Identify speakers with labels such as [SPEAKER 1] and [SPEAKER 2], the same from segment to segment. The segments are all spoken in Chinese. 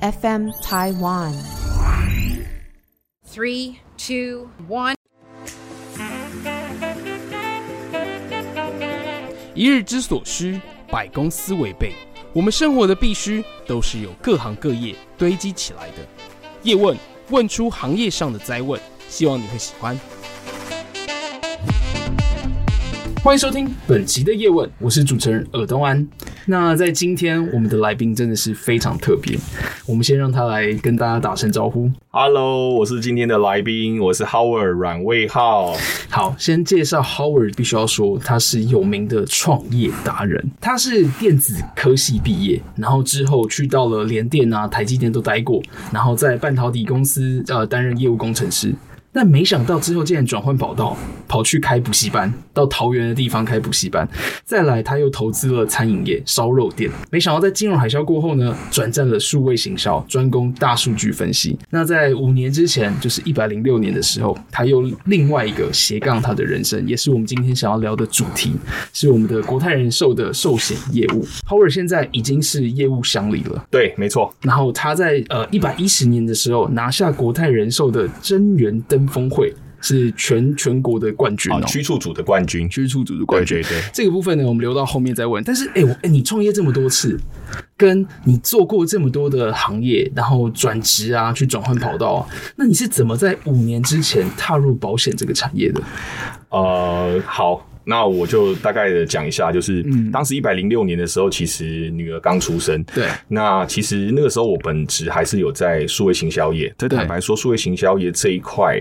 [SPEAKER 1] FM Taiwan。
[SPEAKER 2] Three, two, one.
[SPEAKER 3] 一日之所需，百公司为备。我们生活的必须，都是由各行各业堆积起来的。叶问问出行业上的灾问，希望你会喜欢。欢迎收听本期的叶问，我是主持人尔东安。那在今天，我们的来宾真的是非常特别，我们先让他来跟大家打声招呼。
[SPEAKER 4] Hello，我是今天的来宾，我是 Howard 阮卫浩。
[SPEAKER 3] 好，先介绍 Howard，必须要说他是有名的创业达人，他是电子科系毕业，然后之后去到了联电啊、台积电都待过，然后在半导体公司呃担任业务工程师。但没想到之后竟然转换跑道，跑去开补习班，到桃园的地方开补习班。再来，他又投资了餐饮业烧肉店。没想到在金融海啸过后呢，转战了数位行销，专攻大数据分析。那在五年之前，就是一百零六年的时候，他又另外一个斜杠他的人生，也是我们今天想要聊的主题，是我们的国泰人寿的寿险业务。Howard 现在已经是业务乡里了。
[SPEAKER 4] 对，没错，
[SPEAKER 3] 然后他在呃一百一十年的时候拿下国泰人寿的真源登峰会，是全全国的冠军
[SPEAKER 4] 啊
[SPEAKER 3] 哦，，
[SPEAKER 4] 区处组的冠军。
[SPEAKER 3] 区处组的冠军。
[SPEAKER 4] 对对对
[SPEAKER 3] 这个部分呢，我们留到后面再问。但是，哎、我哎、你创业这么多次，跟你做过这么多的行业，然后转职啊，去转换跑道啊，那你是怎么在五年之前踏入保险这个产业的？
[SPEAKER 4] 呃，好，那我就大概的讲一下，就是、当时一百零六年的时候，其实女儿刚出生。
[SPEAKER 3] 对，
[SPEAKER 4] 那其实那个时候我本职还是有在数位行销业，这
[SPEAKER 3] 对
[SPEAKER 4] 坦白说，数位行销业这一块，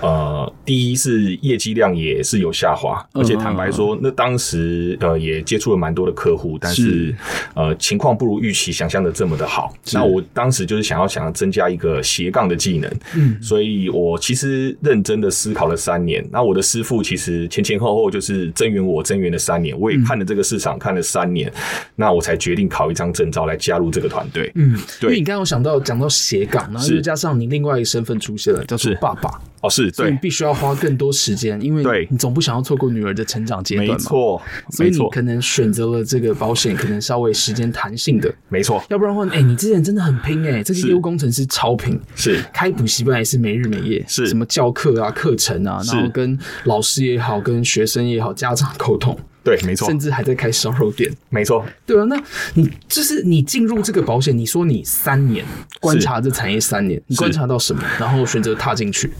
[SPEAKER 4] 呃，第一是业绩量也是有下滑，
[SPEAKER 3] 嗯
[SPEAKER 4] 而且坦白说，那当时呃也接触了蛮多的客户，但是
[SPEAKER 3] 是
[SPEAKER 4] 呃情况不如预期想象的这么的好。
[SPEAKER 3] 是
[SPEAKER 4] 那我当时就是想要想要增加一个斜杠的技能，
[SPEAKER 3] 嗯，
[SPEAKER 4] 所以我其实认真的思考了三年。那我的师傅其实前前后后就是增援我增援了三年，我
[SPEAKER 3] 嗯
[SPEAKER 4] 也看了这个市场、看了三年，那我才决定考一张证照来加入这个团队。
[SPEAKER 3] 嗯，因
[SPEAKER 4] 对
[SPEAKER 3] 为你刚刚有想到讲到斜杠，然后
[SPEAKER 4] 是
[SPEAKER 3] 又加上你另外一个身份出现了，叫做
[SPEAKER 4] 是
[SPEAKER 3] 爸爸。
[SPEAKER 4] 哦，是
[SPEAKER 3] 所以你
[SPEAKER 4] 对，
[SPEAKER 3] 必须要花更多时间，因为
[SPEAKER 4] 对
[SPEAKER 3] 你总不想要错过女儿的成长阶段
[SPEAKER 4] 没
[SPEAKER 3] 嘛。，
[SPEAKER 4] 错，
[SPEAKER 3] 所以
[SPEAKER 4] 没
[SPEAKER 3] 你
[SPEAKER 4] 错，
[SPEAKER 3] 可能选择了这个保险，可能稍微时间弹性的，
[SPEAKER 4] 没错，
[SPEAKER 3] 要不然的话，哎、你之前真的很拼哎、这个
[SPEAKER 4] 是
[SPEAKER 3] 业务工程师超拼。
[SPEAKER 4] 是
[SPEAKER 3] 开补习班也是没日没夜，
[SPEAKER 4] 是
[SPEAKER 3] 什么教课啊、课程啊，
[SPEAKER 4] 是
[SPEAKER 3] 然后跟老师也好、跟学生也好、家长沟通，
[SPEAKER 4] 对，没错
[SPEAKER 3] 甚，至还在开烧肉店。
[SPEAKER 4] 没错，
[SPEAKER 3] 对啊，那你就是你进入这个保险，你说你三年观察这产业三年，你
[SPEAKER 4] 是
[SPEAKER 3] 观察到什么，然后选择踏进去？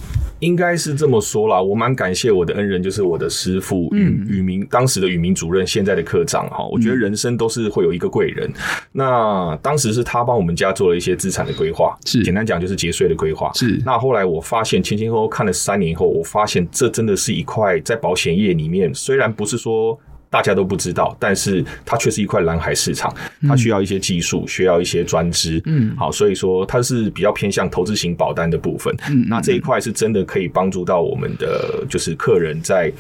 [SPEAKER 4] 应该是这么说啦。我蛮感谢我的恩人，就是我的师傅宇宇明，当时的宇明主任，现在的科长哈。我觉得人生都是会有一个贵人。那当时是他帮我们家做了一些资产的规划，
[SPEAKER 3] 是
[SPEAKER 4] 简单讲就是节税的规划。
[SPEAKER 3] 是
[SPEAKER 4] 那后来我发现，前前后后看了三年以后，我发现这真的是一块在保险业里面，虽然不是说。大家都不知道，但是它却是一块蓝海市场，它需要一些技术，需要一些专知，
[SPEAKER 3] 嗯
[SPEAKER 4] 好，所以说它是比较偏向投资型保单的部分。
[SPEAKER 3] 嗯
[SPEAKER 4] 那这一块是真的可以帮助到我们的就是客人在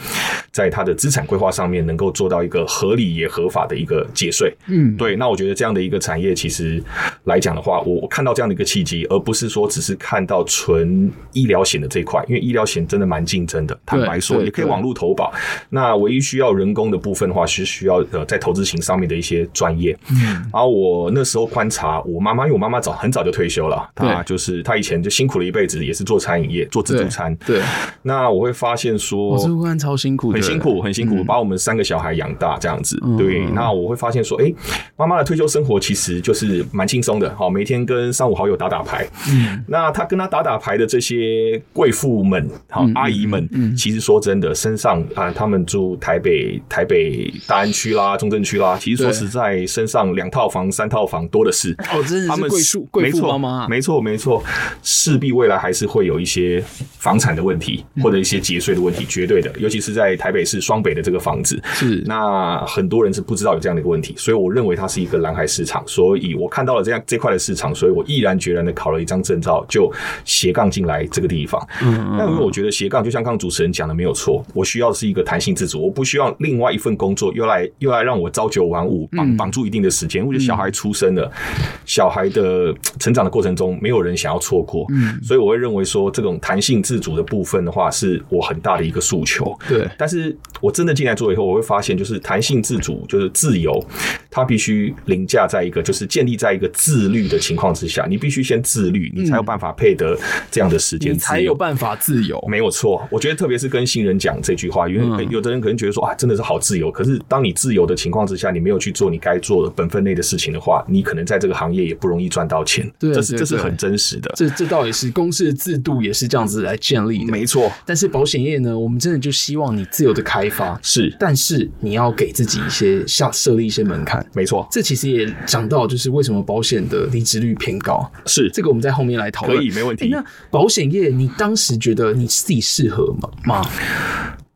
[SPEAKER 4] 在他的资产规划上面能够做到一个合理也合法的一个节税。
[SPEAKER 3] 嗯，
[SPEAKER 4] 对，那我觉得这样的一个产业，其实来讲的话，我我看到这样的一个契机，而不是说只是看到纯医疗险的这一块，因为医疗险真的蛮竞争的。坦白说，
[SPEAKER 3] 对
[SPEAKER 4] 也可以
[SPEAKER 3] 对
[SPEAKER 4] 网络投保。那唯一需要人工的部分的话，是需要呃在投资型上面的一些专业。嗯，然后我那时候观察我妈妈，因为我妈妈早很早就退休了，她
[SPEAKER 3] 对
[SPEAKER 4] 就是她以前就辛苦了一辈子，也是做餐饮业，做自助
[SPEAKER 3] 对
[SPEAKER 4] 餐。
[SPEAKER 3] 对，哦
[SPEAKER 4] 那我会发现说，
[SPEAKER 3] 我这个案超辛苦的，嗯
[SPEAKER 4] 很辛苦，很辛苦，把我们三个小孩养大这样子。对，那我会发现说，哎、妈妈的退休生活其实就是蛮轻松的，好，每天跟三五好友打打牌。嗯，那她跟她打打牌的这些贵妇们，好、
[SPEAKER 3] 嗯
[SPEAKER 4] 阿姨们，其实说真的，身上啊，他们住台北、台北大安区啦、中正区啦，其实说
[SPEAKER 3] 对
[SPEAKER 4] 实在，身上两套房、三套房多的是。
[SPEAKER 3] 哦，真的
[SPEAKER 4] 他
[SPEAKER 3] 是
[SPEAKER 4] 们
[SPEAKER 3] 贵妇贵
[SPEAKER 4] 没
[SPEAKER 3] 妇
[SPEAKER 4] 错
[SPEAKER 3] 妈妈啊，
[SPEAKER 4] 没错没错，势必未来还是会有一些房产的问题，
[SPEAKER 3] 嗯
[SPEAKER 4] 或者一些节税的问题，绝对的，尤其是在台北市双北的这个房子。
[SPEAKER 3] 是
[SPEAKER 4] 那很多人是不知道有这样的一个问题，所以我认为它是一个蓝海市场，所以我看到了这样这块的市场，所以我毅然决然的考了一张证照，就斜杠进来这个地方。嗯，那因为我觉得斜杠就像刚刚主持人讲的没有错，我需要是一个弹性自主，我不需要另外一份工作，又来又来让我朝九晚五，
[SPEAKER 3] 嗯
[SPEAKER 4] 绑绑住一定的时间。因为小孩出生了，小孩的成长的过程中，没有人想要错过，
[SPEAKER 3] 嗯
[SPEAKER 4] 所以我会认为说，这种弹性自主的部分的话，是我很大的一个诉求。
[SPEAKER 3] 对，
[SPEAKER 4] 但是我真的进来做以后，我会发现，就是弹性自主，就是自由，它必须凌驾在一个，就是建立在一个自律的情况之下。你必须先自律，你才有办法配得这样的时间
[SPEAKER 3] 嗯你
[SPEAKER 4] 自
[SPEAKER 3] 才
[SPEAKER 4] 由
[SPEAKER 3] 有。办法自由。
[SPEAKER 4] 没有错，我觉得特别是跟新人讲这句话，因为
[SPEAKER 3] 嗯
[SPEAKER 4] 有的人可能觉得说啊，真的是好自由。可是当你自由的情况之下，你没有去做你该做的本分内的事情的话，你可能在这个行业也不容易赚到钱。
[SPEAKER 3] 对
[SPEAKER 4] 这是
[SPEAKER 3] 对
[SPEAKER 4] 这是
[SPEAKER 3] 对
[SPEAKER 4] 很真实的。
[SPEAKER 3] 这这倒也是公司的制度也是这样子来建立的。
[SPEAKER 4] 没错，
[SPEAKER 3] 但是保险业呢，我们真的就希望你自由的开发，
[SPEAKER 4] 是
[SPEAKER 3] 但是你要给自己一些下设立一些门槛。
[SPEAKER 4] 没错，
[SPEAKER 3] 这其实也讲到，就是为什么保险的离职率偏高，
[SPEAKER 4] 是
[SPEAKER 3] 这个我们在后面来讨论。
[SPEAKER 4] 可以没问题
[SPEAKER 3] 诶那保险业，你当时觉得你自己适合吗？吗？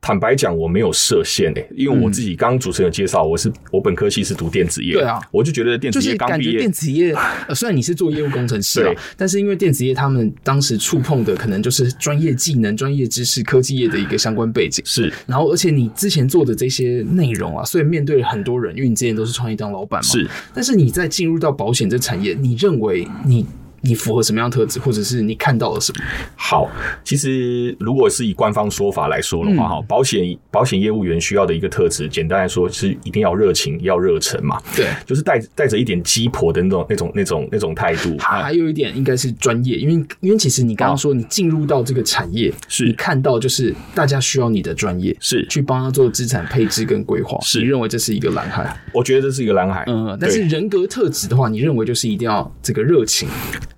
[SPEAKER 4] 坦白讲，我没有设限诶、因为我自己刚刚主持人有介绍，我是我本科系是读电子业，
[SPEAKER 3] 嗯对啊
[SPEAKER 4] 我就觉得电
[SPEAKER 3] 就
[SPEAKER 4] 子
[SPEAKER 3] 是
[SPEAKER 4] 业刚
[SPEAKER 3] 感
[SPEAKER 4] 毕
[SPEAKER 3] 觉电
[SPEAKER 4] 业，
[SPEAKER 3] 子业，呃，虽然你是做业务工程师啊
[SPEAKER 4] 对，
[SPEAKER 3] 但是因为电子业他们当时触碰的可能就是专业技能、专业知识、科技业的一个相关背景。
[SPEAKER 4] 是
[SPEAKER 3] 然后，而且你之前做的这些内容啊，所以面对很多人，因为你之前都是创业当老板嘛。
[SPEAKER 4] 是。
[SPEAKER 3] 但是你在进入到保险这产业，你认为你你符合什么样的特质，或者是你看到了什么？
[SPEAKER 4] 好，其实如果是以官方说法来说的
[SPEAKER 3] 嗯
[SPEAKER 4] 话，哈、保险保险业务员需要的一个特质，简单来说是一定要热情，要热忱嘛，
[SPEAKER 3] 对，
[SPEAKER 4] 就是带带着一点鸡婆的那种那种那种那种态度。啊
[SPEAKER 3] 还还有一点应该是专业，因为因为其实你刚刚说你进入到这个产业，
[SPEAKER 4] 是
[SPEAKER 3] 你看到就是大家需要你的专业，
[SPEAKER 4] 是
[SPEAKER 3] 去帮他做资产配置跟规划，
[SPEAKER 4] 是
[SPEAKER 3] 你认为这是一个蓝海，
[SPEAKER 4] 我觉得这是一个蓝海，
[SPEAKER 3] 嗯，但是
[SPEAKER 4] 对
[SPEAKER 3] 人格特质的话，你认为就是一定要这个热情，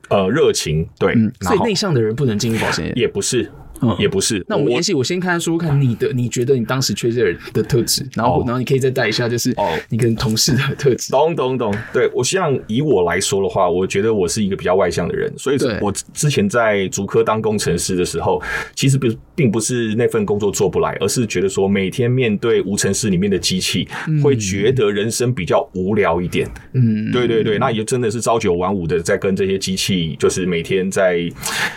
[SPEAKER 4] 呃，热情对，
[SPEAKER 3] 嗯，
[SPEAKER 4] 然
[SPEAKER 3] 所以
[SPEAKER 4] 后
[SPEAKER 3] 内向的人不能进入保险业。
[SPEAKER 4] 也不是，
[SPEAKER 3] 嗯
[SPEAKER 4] 也不是。
[SPEAKER 3] 那我们也许我先看说看你的，你觉得你当时缺这人的特质，然后、
[SPEAKER 4] 哦
[SPEAKER 3] 然后你可以再带一下，就是
[SPEAKER 4] 哦
[SPEAKER 3] 你跟同事的特质。
[SPEAKER 4] 懂懂懂，对我像以我来说的话，我觉得我是一个比较外向的人，所以
[SPEAKER 3] 对
[SPEAKER 4] 我之前在竹科当工程师的时候，其实不并不是那份工作做不来，而是觉得说每天面对无尘室里面的机器，会觉得人生比较无聊一点。
[SPEAKER 3] 嗯，
[SPEAKER 4] 对对对，那也真的是朝九晚五的在跟这些机器，就是每天在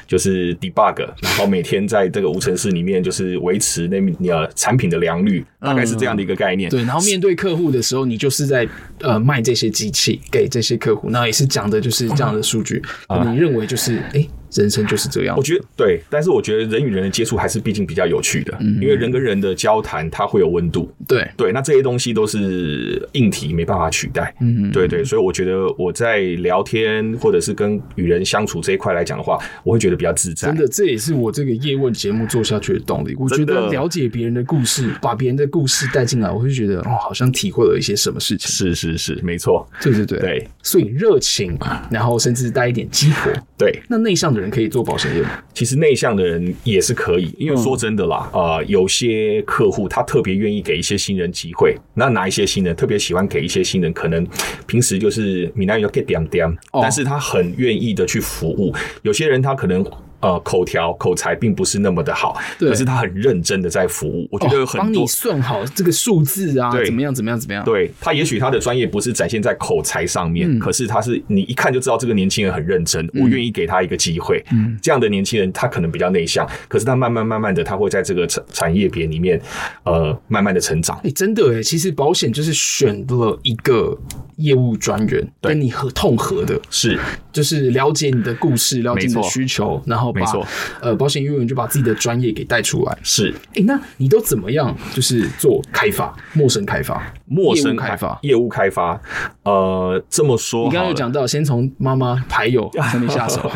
[SPEAKER 4] 就是 debug，然后每天在这个无尘室里面就是维持那呃产品的良率，大概是这样的一个概念。
[SPEAKER 3] 嗯对，然后面对客户的时候，你就是在呃卖这些机器给这些客户，那也是讲的就是这样的数据。你认为就是哎、诶人生就是这样
[SPEAKER 4] 我。觉得对，但是我觉得人与人的接触还是毕竟比较有趣的，
[SPEAKER 3] 嗯
[SPEAKER 4] 因为人跟人的交谈，它会有温度。
[SPEAKER 3] 对，
[SPEAKER 4] 对，那这些东西都是硬体没办法取代。
[SPEAKER 3] 嗯
[SPEAKER 4] 对对，所以我觉得我在聊天或者是跟与人相处这一块来讲的话，我会觉得比较自在
[SPEAKER 3] 真。的，这也是我这个叶问节目做下去的动力。我觉
[SPEAKER 4] 真的
[SPEAKER 3] 得了解别人的故事，把别人的故事带进来，我会觉得哦，好像体会了一些什么事情。
[SPEAKER 4] 是是是，没错。
[SPEAKER 3] 对对对，
[SPEAKER 4] 对
[SPEAKER 3] 所以热情，然后甚至带一点激活。
[SPEAKER 4] 对，
[SPEAKER 3] 那内向的人可以做保险业吗？
[SPEAKER 4] 其实内向的人也是可以，因为说真的啦，
[SPEAKER 3] 嗯
[SPEAKER 4] 呃，有些客户他特别愿意给一些新人机会，那哪一些新人特别喜欢给一些新人，可能平时就是闽南语叫 get 点点，
[SPEAKER 3] 哦
[SPEAKER 4] 但是他很愿意的去服务。有些人他可能呃口条口才并不是那么的好，
[SPEAKER 3] 对哦
[SPEAKER 4] 可是他很认真的在服务。我觉得有很
[SPEAKER 3] 帮
[SPEAKER 4] 多、
[SPEAKER 3] 你算好这个数字啊，
[SPEAKER 4] 对
[SPEAKER 3] 怎么样怎么样怎么样？
[SPEAKER 4] 对他，也许他的专业不是展现在口才上面，
[SPEAKER 3] 嗯
[SPEAKER 4] 可是他是你一看就知道这个年轻人很认真，我愿意给他一个机会。嗯，这样的年轻人他可能比较内向，可是他慢慢慢慢的，他会在这个产产业别里面，呃，慢慢的成长。
[SPEAKER 3] 哎、真的哎，其实保险就是选了一个业务专员
[SPEAKER 4] 对
[SPEAKER 3] 跟你合痛合的，
[SPEAKER 4] 是
[SPEAKER 3] 就是了解你的故事，了解你的
[SPEAKER 4] 没错
[SPEAKER 3] 需求，然后
[SPEAKER 4] 没
[SPEAKER 3] 把
[SPEAKER 4] 错
[SPEAKER 3] 呃保险业务员就把自己的专业给带出来。
[SPEAKER 4] 是，
[SPEAKER 3] 哎、那你都怎么样？就是做开发，陌生开发，
[SPEAKER 4] 陌
[SPEAKER 3] 业务
[SPEAKER 4] 生啊
[SPEAKER 3] 开发。
[SPEAKER 4] 业务开发，呃，这么说好了，
[SPEAKER 3] 你刚刚有讲到，先从妈妈牌 友上面下手，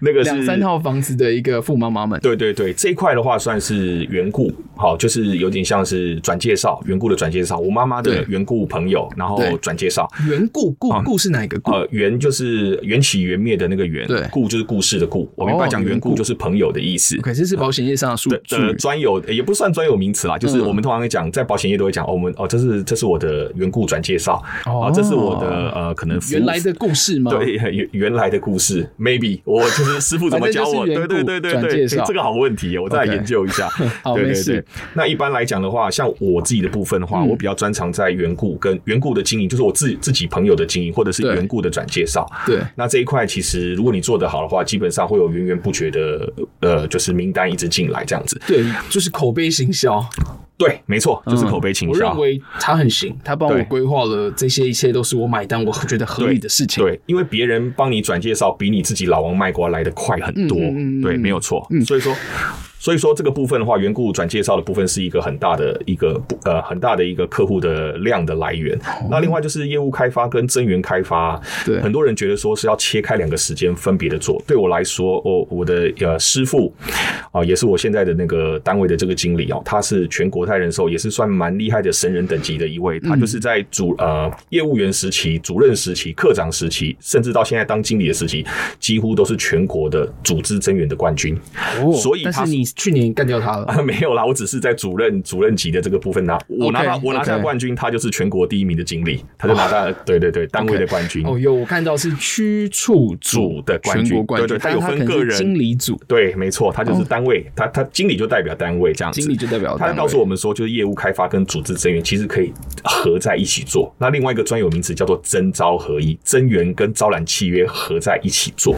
[SPEAKER 4] 那个是
[SPEAKER 3] 两三套房子的一个富妈妈们。
[SPEAKER 4] 对对对，这一块的话算是缘故，好，就是有点像是转介绍，缘故的转介绍，我妈妈的
[SPEAKER 3] 对
[SPEAKER 4] 缘故朋友，然后
[SPEAKER 3] 对
[SPEAKER 4] 转介绍，
[SPEAKER 3] 缘故故
[SPEAKER 4] 嗯
[SPEAKER 3] 故是哪一个故？
[SPEAKER 4] 呃，缘就是缘起缘灭的那个缘，
[SPEAKER 3] 对哦
[SPEAKER 4] 故就是故事的故。我们一般讲缘故就是朋友的意思。
[SPEAKER 3] OK，这是保险业上的术
[SPEAKER 4] 对
[SPEAKER 3] 术
[SPEAKER 4] 呃，
[SPEAKER 3] 语。
[SPEAKER 4] 专有也不算专有名词啦，就是
[SPEAKER 3] 嗯
[SPEAKER 4] 我们通常会讲，在保险业都会讲，哦，我们哦，这是这是我的缘故转介绍，
[SPEAKER 3] 哦
[SPEAKER 4] 啊，这是我的呃，可能服务
[SPEAKER 3] 原来的故事吗？
[SPEAKER 4] 对原原来的故事，maybe 我就是师傅怎么教我，
[SPEAKER 3] 反正就是
[SPEAKER 4] 对
[SPEAKER 3] 缘故
[SPEAKER 4] 对对对
[SPEAKER 3] 转
[SPEAKER 4] 对，
[SPEAKER 3] 介
[SPEAKER 4] 这
[SPEAKER 3] 绍
[SPEAKER 4] 这个好问题，哦我再来
[SPEAKER 3] OK。
[SPEAKER 4] 研究一下
[SPEAKER 3] 好
[SPEAKER 4] 对
[SPEAKER 3] 没
[SPEAKER 4] 对
[SPEAKER 3] 事嗯
[SPEAKER 4] 对，那一般来讲的话，像我自己的部分的话，我比较专长在缘故跟缘故的经营，就是我自自己朋友的经营，或者是
[SPEAKER 3] 对
[SPEAKER 4] 缘故的转介绍。
[SPEAKER 3] 对
[SPEAKER 4] 那这一块其实，如果你做得好的话，基本上会有源源不绝的呃，就是名单一直进来这样子。
[SPEAKER 3] 对，就是口碑行销。嗯
[SPEAKER 4] 对，没错，就是口碑倾
[SPEAKER 3] 我
[SPEAKER 4] 销。
[SPEAKER 3] 认为他很行，他帮我
[SPEAKER 4] 对
[SPEAKER 3] 规划了这些，一切都是我买单，我觉得合理的事情。
[SPEAKER 4] 对，因为别人帮你转介绍，比你自己老王卖瓜来的快很多，
[SPEAKER 3] 嗯嗯嗯嗯
[SPEAKER 4] 对，没有错。所以说，所以说这个部分的话，缘故转介绍的部分是一个很大的一个不呃很大的一个客户的量的来源。那另外就是业务开发跟增援开发，
[SPEAKER 1] 对
[SPEAKER 4] 很多人觉得说是要切开两个时间分别的做。对我来说，我我的呃师傅啊、也是我现在的那个单位的这个经理哦，他是全国泰人寿也是算蛮厉害的神人等级的一位，
[SPEAKER 1] 嗯
[SPEAKER 4] 他就是在主呃业务员时期、主任时期、科长时期，甚至到现在当经理的时期，几乎都是全国的组织增援的冠军。
[SPEAKER 3] 哦
[SPEAKER 4] 所以
[SPEAKER 3] 但
[SPEAKER 4] 他
[SPEAKER 3] 是你去年干掉他了，
[SPEAKER 4] 啊，没有啦，我只是在主任主任级的这个部分拿，我拿到
[SPEAKER 1] OK，
[SPEAKER 4] 我拿下
[SPEAKER 1] OK 哦
[SPEAKER 4] 冠军，他就是全国第一名的经理，他就拿到对对对单位的冠军。
[SPEAKER 3] 哦，有我看到是区处组
[SPEAKER 4] 组的冠
[SPEAKER 1] 全
[SPEAKER 4] 军，
[SPEAKER 1] 国冠军
[SPEAKER 4] 对对，他
[SPEAKER 3] 但
[SPEAKER 4] 有
[SPEAKER 3] 他
[SPEAKER 4] 分
[SPEAKER 3] 可能
[SPEAKER 4] 个
[SPEAKER 3] 是
[SPEAKER 4] 人
[SPEAKER 3] 经理组，
[SPEAKER 4] 对，没错，他就是单位，他他经理就代表单位这样子。
[SPEAKER 1] 经理就代表
[SPEAKER 4] 啊他
[SPEAKER 1] 单
[SPEAKER 4] 告诉
[SPEAKER 1] 位
[SPEAKER 4] 我们说，就是业务开发跟组织增援其实可以合在一起做。那另外一个专有名词叫做征招合一，增援跟招揽契约合在一起做，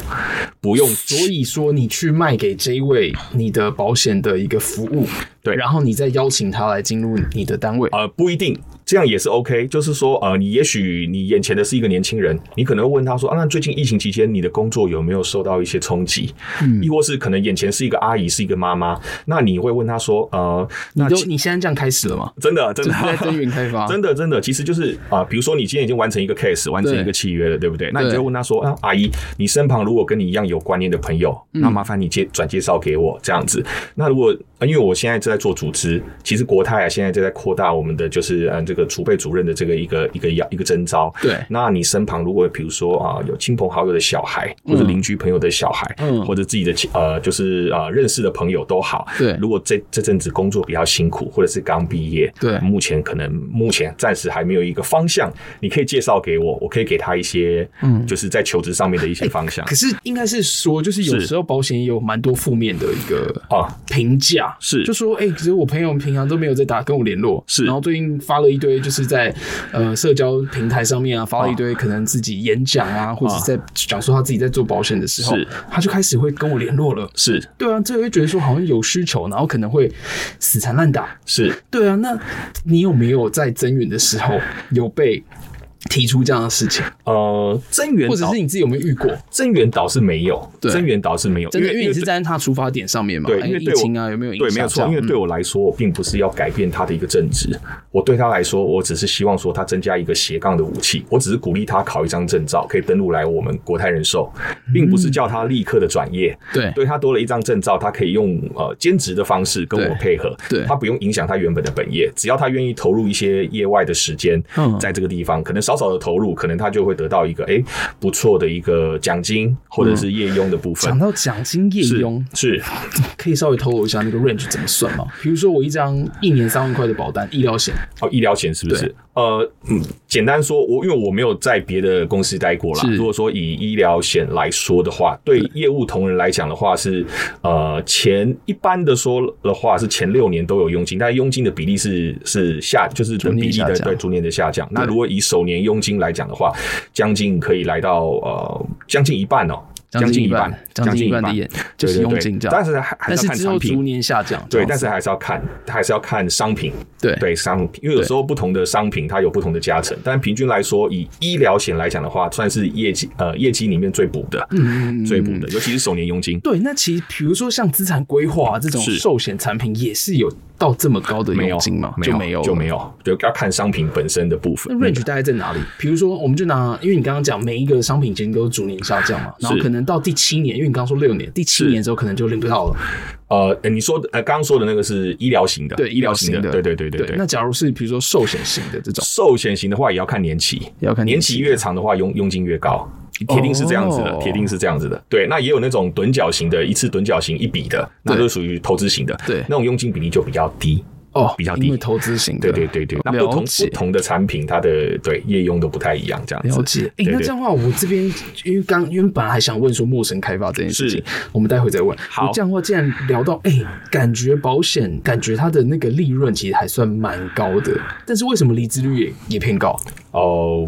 [SPEAKER 4] 不用
[SPEAKER 3] 所以说你去卖给这一位你的保险的一个服务，
[SPEAKER 4] 对
[SPEAKER 3] 然后你再邀请他来进入你的单位，
[SPEAKER 4] 呃，不一定，这样也是 OK。就是说，呃，你也许你眼前的是一个年轻人，你可能会问他说啊，那最近疫情期间你的工作有没有受到一些冲击？嗯，亦或是可能眼前是一个阿姨，是一个妈妈，那你会问他说，呃，
[SPEAKER 3] 你
[SPEAKER 4] 那
[SPEAKER 3] 都
[SPEAKER 4] 其
[SPEAKER 3] 你现在这样开始了吗？
[SPEAKER 4] 真的 真
[SPEAKER 3] 就
[SPEAKER 4] 的
[SPEAKER 3] 是在增援开发，
[SPEAKER 4] 真的真的，其实就是啊、比如说你今天已经完成一个 case，完成一个契约了，对不对？嗯那你就问他说啊，阿姨，你身旁如果跟你一样有观念的朋友，那麻烦你介转介绍给我这样子。那如果、呃因为我现在正在做组织，其实国泰啊现在正在扩大我们的就是呃这个储备主任的这个一个一个要一个征招。
[SPEAKER 1] 对
[SPEAKER 4] 那你身旁如果比如说啊、有亲朋好友的小孩，或者邻居朋友的小孩，
[SPEAKER 1] 嗯
[SPEAKER 4] 或者自己的亲呃就是呃认识的朋友都好，
[SPEAKER 1] 对
[SPEAKER 4] 如果这这阵子工作比较辛苦，或者是刚毕业，
[SPEAKER 1] 对
[SPEAKER 4] 目前可能目前暂时还没有一个方向，你可以介绍给我，我可以给他一些，嗯，就是在求职上面的一些方向
[SPEAKER 3] 哎可是应该是说，就是有
[SPEAKER 4] 是
[SPEAKER 3] 时候保险也有蛮多负面的一个
[SPEAKER 4] 啊。
[SPEAKER 3] 评价，
[SPEAKER 4] 是
[SPEAKER 3] 就说哎、欸，可是我朋友平常都没有在打跟我联络，
[SPEAKER 4] 是
[SPEAKER 3] 然后最近发了一堆，就是在呃社交平台上面啊，发了一堆可能自己演讲啊，或者是在讲说他自己在做保险的时候
[SPEAKER 4] 是，
[SPEAKER 3] 他就开始会跟我联络了。
[SPEAKER 4] 是
[SPEAKER 3] 对啊，这个会觉得说好像有需求，然后可能会死缠烂打。
[SPEAKER 4] 是，
[SPEAKER 3] 对啊，那你有没有在增援的时候有被提出这样的事情，
[SPEAKER 4] 呃，增援
[SPEAKER 3] 或者
[SPEAKER 4] 岛
[SPEAKER 3] 是你自己有没有遇过？
[SPEAKER 4] 增援岛是没有，
[SPEAKER 1] 对
[SPEAKER 4] 增援岛是没有，
[SPEAKER 3] 真的，因为你是
[SPEAKER 4] 对
[SPEAKER 3] 站在他出发点上面嘛，
[SPEAKER 4] 对，
[SPEAKER 3] 哎
[SPEAKER 4] 因为
[SPEAKER 3] 疫
[SPEAKER 4] 对我
[SPEAKER 3] 情啊有没有影响？
[SPEAKER 4] 对，没有错。因为对我来说，我并不是要改变他的一个正职，我对他来说，我只是希望说他增加一个斜杠的武器。我只是鼓励他考一张证照，可以登录来我们国泰人寿，并
[SPEAKER 3] 嗯
[SPEAKER 4] 不是叫他立刻的转业。
[SPEAKER 1] 对
[SPEAKER 4] 对他多了一张证照，他可以用呃兼职的方式跟我
[SPEAKER 1] 对
[SPEAKER 4] 配合，
[SPEAKER 1] 对
[SPEAKER 4] 他不用影响他原本的本业，只要他愿意投入一些业外的时间
[SPEAKER 1] 嗯，
[SPEAKER 4] 在这个地方，可能少少的投入，可能他就会得到一个诶不错的一个奖金或
[SPEAKER 1] 嗯
[SPEAKER 4] 者是业佣的部分
[SPEAKER 3] 讲。到奖金夜
[SPEAKER 4] 是
[SPEAKER 3] 佣，
[SPEAKER 4] 是
[SPEAKER 3] 可以稍微透露一下那个 range 怎么算吗？比如说我一张一年三万块的保单，医疗险，
[SPEAKER 4] 哦，医疗险是不是？呃，嗯，简单说，我因为我没有在别的公司待过啦。
[SPEAKER 1] 是
[SPEAKER 4] 如果说以医疗险来说的话，对业务同仁来讲的话是，呃，前一般的说的话是前六年都有佣金，但佣金的比例是是下，就是
[SPEAKER 3] 逐
[SPEAKER 4] 等
[SPEAKER 3] 年
[SPEAKER 4] 比例
[SPEAKER 3] 下
[SPEAKER 4] 的
[SPEAKER 3] 降
[SPEAKER 4] 对逐年的下降。那如果以首年佣金来讲的话，将近可以来到呃将近一半哦，
[SPEAKER 1] 将近
[SPEAKER 4] 一
[SPEAKER 1] 一半，将近一半的眼就
[SPEAKER 4] 对
[SPEAKER 1] 是
[SPEAKER 4] 对
[SPEAKER 1] 佣
[SPEAKER 4] 对
[SPEAKER 1] 金这
[SPEAKER 4] 但
[SPEAKER 1] 样。
[SPEAKER 4] 是还还
[SPEAKER 3] 但
[SPEAKER 4] 是
[SPEAKER 3] 是
[SPEAKER 4] 要看
[SPEAKER 3] 之后逐
[SPEAKER 4] 产品。
[SPEAKER 3] 年下降。
[SPEAKER 4] 对，但是还是要看，还是要看商品。
[SPEAKER 1] 对
[SPEAKER 4] 对商品，因为有时候不同的商品它有不同的加成，但平均来说，以医疗险来讲的话，算是业绩呃业绩里面最补的，嗯最补的，尤其是首年佣金。
[SPEAKER 3] 对，那其实比如说像资产规划、啊、这种
[SPEAKER 4] 是
[SPEAKER 3] 寿险产品，也是有到这么高的
[SPEAKER 4] 没
[SPEAKER 3] 佣
[SPEAKER 4] 有
[SPEAKER 3] 金吗？
[SPEAKER 4] 没
[SPEAKER 3] 就
[SPEAKER 4] 有
[SPEAKER 3] 没有了
[SPEAKER 4] 就没。有，就要看商品本身的部
[SPEAKER 3] 那
[SPEAKER 4] 分。
[SPEAKER 3] range 大概在哪里？比如说，我们就拿，因为你刚刚讲每一个商品金都是逐年下降嘛，然后
[SPEAKER 4] 是
[SPEAKER 3] 可能到第七年，因为你刚刚说六年，第七
[SPEAKER 4] 是
[SPEAKER 3] 年之后可能就领不到了。
[SPEAKER 4] 呃，呃你说的呃刚刚说的那个是医疗型的，
[SPEAKER 1] 对
[SPEAKER 4] 医疗型
[SPEAKER 1] 医疗型的
[SPEAKER 4] 对对对对对。
[SPEAKER 3] 那假如是比如说寿险型的这种，
[SPEAKER 4] 寿险型的话也要看年期，
[SPEAKER 1] 也要看年
[SPEAKER 4] 年
[SPEAKER 1] 期
[SPEAKER 4] 期越长的话，佣佣金越高。铁定是这样子的
[SPEAKER 1] 哦，
[SPEAKER 4] 铁定是这样子的。对，那也有那种趸缴型的，一次趸缴型一笔的，那
[SPEAKER 1] 对
[SPEAKER 4] 就属于投资型的。
[SPEAKER 1] 对
[SPEAKER 4] 那种佣金比例就比较低。
[SPEAKER 3] 哦，
[SPEAKER 4] 比较低
[SPEAKER 3] 因为投资型的，
[SPEAKER 4] 对对对对，那不
[SPEAKER 1] 了
[SPEAKER 4] 同
[SPEAKER 1] 解
[SPEAKER 4] 不同的产品，它的对业用都不太一样，这样子。
[SPEAKER 1] 了解
[SPEAKER 3] 哎、
[SPEAKER 4] 对
[SPEAKER 3] 那
[SPEAKER 4] 对
[SPEAKER 3] 这样的话，我这边因为刚原本还想问说陌生开发这件事情
[SPEAKER 4] 是，
[SPEAKER 3] 我们待会再问。
[SPEAKER 4] 好
[SPEAKER 3] 我这样的话，既然聊到哎、感觉保险感觉它的那个利润其实还算蛮高的，但是为什么离职率也也偏高？
[SPEAKER 4] 哦，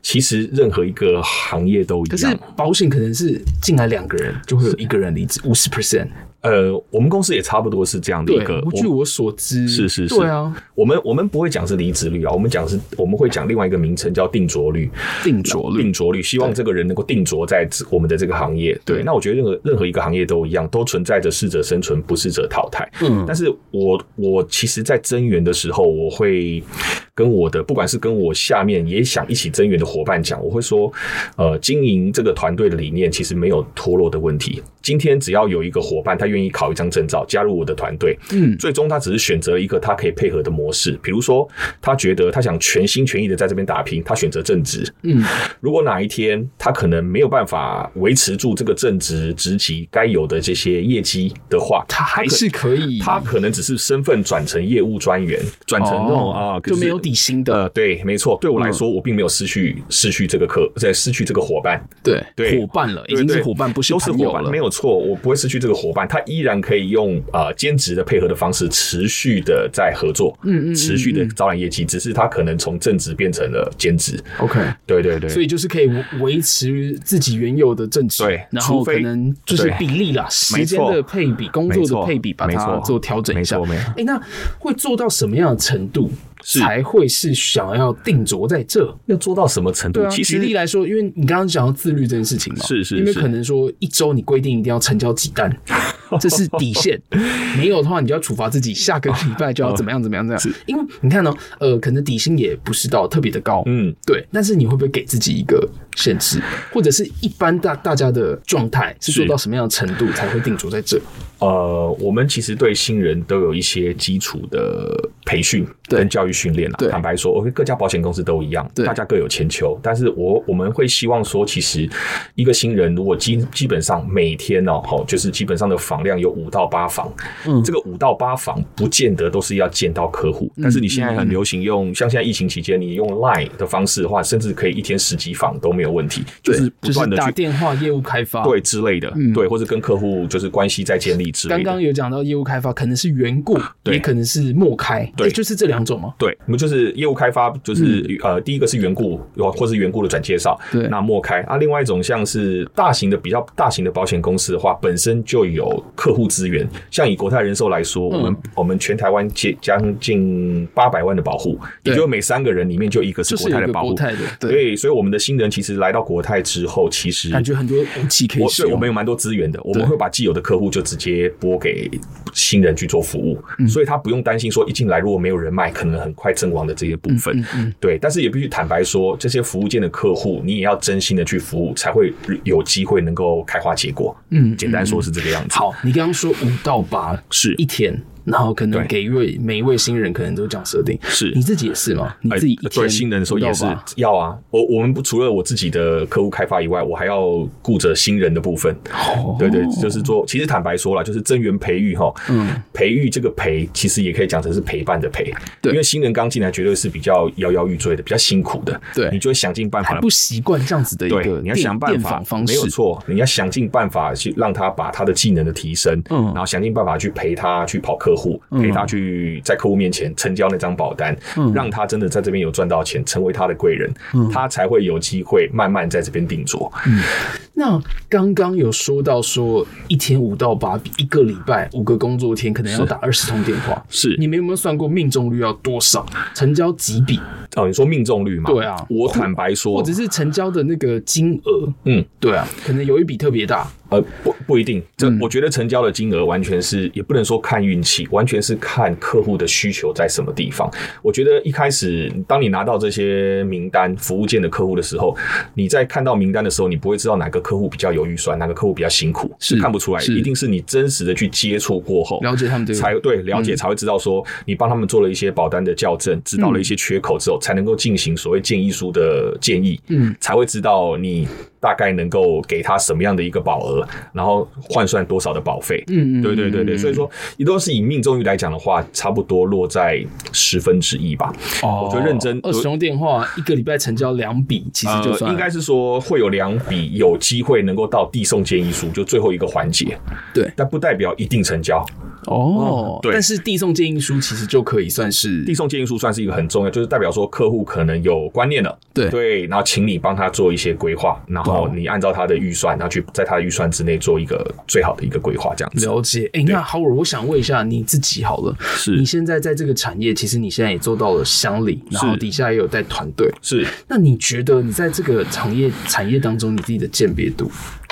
[SPEAKER 4] 其实任何一个行业都一
[SPEAKER 3] 可是
[SPEAKER 4] 样。
[SPEAKER 3] 保险可能是进来两个人就会有一个人离职，五十 percent，
[SPEAKER 4] 呃，我们公司也差不多是这样的一
[SPEAKER 3] 对
[SPEAKER 4] 个。，
[SPEAKER 3] 我据我所知，
[SPEAKER 4] 是是是
[SPEAKER 3] 对啊，
[SPEAKER 4] 我们我们不会讲是离职率啊，我们讲是我们会讲另外一个名称叫定着率。
[SPEAKER 3] 定着率
[SPEAKER 4] 定着率，希望这个人能够定着在这我们的这个行业。对，
[SPEAKER 3] 对
[SPEAKER 4] 那我觉得任何任何一个行业都一样，都存在着适者生存，不适者淘汰。
[SPEAKER 3] 嗯
[SPEAKER 4] 但是我我其实，在增援的时候，我会跟我的不管是跟我下面也想一起增援的伙伴讲，我会说，呃，经营这个团队的理念其实没有脱落的问题。今天只要有一个伙伴，他愿意考一张证照，加入我的团队，
[SPEAKER 3] 嗯
[SPEAKER 4] 最终他只是选择一个他可以配合的模式。比如说，他觉得他想全心全意的在这边打拼，他选择正职，
[SPEAKER 3] 嗯，
[SPEAKER 4] 如果哪一天他可能没有办法维持住这个正职职级该有的这些业绩的话，
[SPEAKER 3] 他还是可以，
[SPEAKER 4] 他可能只是身份转成业务专员，转成那种啊、
[SPEAKER 3] 哦就没有底嗯薪
[SPEAKER 4] 呃，
[SPEAKER 3] 的，
[SPEAKER 4] 对，没错，对我来说，我并没有失去失去这个客，在失去这个伙伴，
[SPEAKER 3] 对
[SPEAKER 4] 对
[SPEAKER 3] 伙伴了，已
[SPEAKER 4] 对
[SPEAKER 3] 经
[SPEAKER 4] 对
[SPEAKER 3] 是伙伴，不
[SPEAKER 4] 都是
[SPEAKER 3] 朋友
[SPEAKER 4] 伙伴，
[SPEAKER 3] 了
[SPEAKER 4] 没，有错，我不会失去这个伙伴，他依然可以用啊、呃兼职的配合的方式持续的在合作，
[SPEAKER 3] 嗯嗯嗯
[SPEAKER 4] 持续的
[SPEAKER 3] 嗯
[SPEAKER 4] 招揽业绩，只是他可能从正职变成了兼职，
[SPEAKER 3] OK。
[SPEAKER 4] 对对对，
[SPEAKER 3] 所以就是可以维维持自己原有的正职，
[SPEAKER 4] 对
[SPEAKER 3] 然后
[SPEAKER 4] 除非
[SPEAKER 3] 可能就是
[SPEAKER 4] 对
[SPEAKER 3] 比例啦，时间的配比、工作的配比，把
[SPEAKER 4] 没
[SPEAKER 3] 它
[SPEAKER 4] 错
[SPEAKER 3] 做调整一下
[SPEAKER 4] 没。错，没错。
[SPEAKER 3] 哎，那会做到什么样的程度
[SPEAKER 4] 是
[SPEAKER 3] 才会是想要定着在这？
[SPEAKER 4] 要做到什么程度？
[SPEAKER 3] 对啊，
[SPEAKER 4] 其
[SPEAKER 3] 举
[SPEAKER 4] 实
[SPEAKER 3] 例来说，因为你刚刚讲到自律这件事情嘛，
[SPEAKER 4] 是是
[SPEAKER 3] 因为
[SPEAKER 4] 是
[SPEAKER 3] 可能说一周你规定一定要成交几单，这是底线，没有的话你就要处罚自己，下个礼拜
[SPEAKER 4] 哦
[SPEAKER 3] 就要怎么样怎么样这样。因为你看呢，呃，可能底薪也不是到特别的高，
[SPEAKER 4] 嗯，
[SPEAKER 3] 对，但是你会不会给自己一个限制，或者是一般大大家的状态是做
[SPEAKER 4] 是
[SPEAKER 3] 到什么样的程度才会定着在这？
[SPEAKER 4] 呃，我们其实对新人都有一些基础的培训
[SPEAKER 3] 对
[SPEAKER 4] 跟教育训练啦啊
[SPEAKER 3] 对。
[SPEAKER 4] 坦白说，OK，各家保险公司都一样，
[SPEAKER 3] 对
[SPEAKER 4] 大家各有千秋。但是我我们会希望说，其实一个新人如果基基本上每天哦，好，就是基本上的访量有五到八访，
[SPEAKER 3] 嗯
[SPEAKER 4] 这个五到八访不见得都是要见到客户，但是你现在很流行
[SPEAKER 3] 嗯
[SPEAKER 4] 用，像现在疫情期间，你用 Line 的方式的话，甚至可以一天十几访都没有问题，就是不
[SPEAKER 3] 就是
[SPEAKER 4] 断的
[SPEAKER 3] 打
[SPEAKER 4] 去
[SPEAKER 3] 电话业务开发，
[SPEAKER 4] 对之类的，
[SPEAKER 3] 嗯
[SPEAKER 4] 对，或者跟客户就是关系在建立之类
[SPEAKER 3] 刚
[SPEAKER 4] 的。
[SPEAKER 3] 刚有讲到业务开发，可能是缘故，
[SPEAKER 4] 对
[SPEAKER 3] 也可能是默开，
[SPEAKER 4] 对
[SPEAKER 3] 诶就是这两种嘛。
[SPEAKER 4] 对，我们就是业务开发，就是、呃，第一个是缘故，或或是缘故的转介绍，
[SPEAKER 3] 嗯对
[SPEAKER 4] 那默开啊。另外一种像是大型的比较大型的保险公司的话，本身就有客户资源，像以国泰人寿来说，我
[SPEAKER 3] 嗯
[SPEAKER 4] 们我们全台湾接将近八百万的保护，也
[SPEAKER 3] 对
[SPEAKER 4] 就是每三个人里面就一个是
[SPEAKER 3] 就是
[SPEAKER 4] 国泰
[SPEAKER 3] 有一
[SPEAKER 4] 的
[SPEAKER 3] 个
[SPEAKER 4] 保
[SPEAKER 3] 国
[SPEAKER 4] 护，
[SPEAKER 3] 泰的对
[SPEAKER 4] 对，所以我们的新人其实来到国泰之后，其实
[SPEAKER 3] 感觉很多武器可以
[SPEAKER 4] 我
[SPEAKER 3] 使
[SPEAKER 4] 对
[SPEAKER 3] 用。
[SPEAKER 4] 我们有蛮多资源的，我
[SPEAKER 3] 对
[SPEAKER 4] 们会把既有的客户就直接拨给新人去做服务，
[SPEAKER 3] 嗯
[SPEAKER 4] 所以他不用担心说一进来如果没有人脉，可能很快阵亡的这些部
[SPEAKER 3] 嗯
[SPEAKER 4] 分。对，但是也必须坦白说，这些服务件的客户，你也要真心的去服务，才会有机会能够开花结果。
[SPEAKER 3] 嗯
[SPEAKER 4] 简单说是这个样子。
[SPEAKER 3] 好，你刚刚说五到八
[SPEAKER 4] 是
[SPEAKER 3] 一天，然后可能
[SPEAKER 4] 对
[SPEAKER 3] 给一位每一位新人可能都这样设定，
[SPEAKER 4] 是
[SPEAKER 3] 你自己也是吗？你
[SPEAKER 4] 呃
[SPEAKER 3] 自己一天
[SPEAKER 4] 对新人的时候也是
[SPEAKER 3] 五到八
[SPEAKER 4] 要啊，我我们不除了我自己的客户开发以外，我还要顾着新人的部分。
[SPEAKER 3] 哦
[SPEAKER 4] 对对，就是做。其实坦白说了，就是增援培育哈，
[SPEAKER 3] 嗯，
[SPEAKER 4] 培育这个培，其实也可以讲成是陪伴的陪。
[SPEAKER 3] 对
[SPEAKER 4] 因为新人刚进来，绝对是比较摇摇欲坠的，比较辛苦的。
[SPEAKER 3] 对
[SPEAKER 4] 你就会想尽办法
[SPEAKER 3] 还不习惯这样子的一
[SPEAKER 4] 对
[SPEAKER 3] 个，
[SPEAKER 4] 你要
[SPEAKER 3] 电
[SPEAKER 4] 想办
[SPEAKER 3] 电
[SPEAKER 4] 法，
[SPEAKER 3] 访方式，
[SPEAKER 4] 没有错，你要想尽办法去让他把他的技能的提升，
[SPEAKER 3] 嗯
[SPEAKER 4] 然后想尽办法去陪他去跑客户，陪他去在客户面前成交那张保单，
[SPEAKER 3] 嗯
[SPEAKER 4] 让他真的在这边有赚到钱，成为他的贵人，他才会有机会慢慢在这边定着。
[SPEAKER 3] 那刚刚有说到说一天五到八，一个礼拜五个工作天，可能要打二十通电话。
[SPEAKER 4] 是
[SPEAKER 3] 你们有没有算过命中率要多少？成交几笔，
[SPEAKER 4] 哦，你说命中率嘛？
[SPEAKER 3] 对啊
[SPEAKER 4] 我坦白说，
[SPEAKER 3] 或者是成交的那个金额？
[SPEAKER 4] 嗯，
[SPEAKER 3] 对啊，可能有一笔特别大。
[SPEAKER 4] 呃，不不一定，这
[SPEAKER 3] 嗯
[SPEAKER 4] 我觉得成交的金额完全是，也不能说看运气，完全是看客户的需求在什么地方。我觉得一开始，当你拿到这些名单、服务件的客户的时候，你在看到名单的时候，你不会知道哪个客户比较有预算，哪个客户比较辛苦，
[SPEAKER 3] 是
[SPEAKER 4] 看不出来，
[SPEAKER 3] 是
[SPEAKER 4] 一定是你真实的去接触过后，
[SPEAKER 3] 了解他们这个
[SPEAKER 4] 才对了
[SPEAKER 3] 嗯
[SPEAKER 4] 解才会知道说，你帮他们做了一些保单的校正，知道了
[SPEAKER 3] 嗯
[SPEAKER 4] 一些缺口之后，才能够进行所谓建议书的建议，
[SPEAKER 3] 嗯，
[SPEAKER 4] 才会知道你大概能够给他什么样的一个保额，然后换算多少的保费，
[SPEAKER 3] 嗯嗯
[SPEAKER 4] 对对对对，所以说，也都是以命中率来讲的话，差不多落在十分之一吧。
[SPEAKER 3] 哦
[SPEAKER 4] 我觉得认真
[SPEAKER 3] 二十通电话，一个礼拜成交两笔，其实就
[SPEAKER 4] 呃，
[SPEAKER 3] 算
[SPEAKER 4] 应该是说会有两笔有机会能够到递送建议书，就最后一个环节，
[SPEAKER 3] 对
[SPEAKER 4] 但不代表一定成交。
[SPEAKER 3] 哦，
[SPEAKER 4] 嗯对
[SPEAKER 3] 但是递送建议书其实就可以算是
[SPEAKER 4] 递送建议书算是一个很重要，就是代表说客户可能有观念了，
[SPEAKER 1] 对
[SPEAKER 4] 对，然后请你帮他做一些规划，然后你按照他的预算，然后去在他的预算之内做一个最好的一个规划，这样子。
[SPEAKER 3] 了解。哎、那 Howard，我想问一下你自己好了，
[SPEAKER 4] 是
[SPEAKER 3] 你现在在这个产业，其实你现在也做到了乡里，然后
[SPEAKER 4] 是
[SPEAKER 3] 底下也有带团队。
[SPEAKER 4] 是
[SPEAKER 3] 那你觉得你在这个产业产业当中，你自己的鉴别度？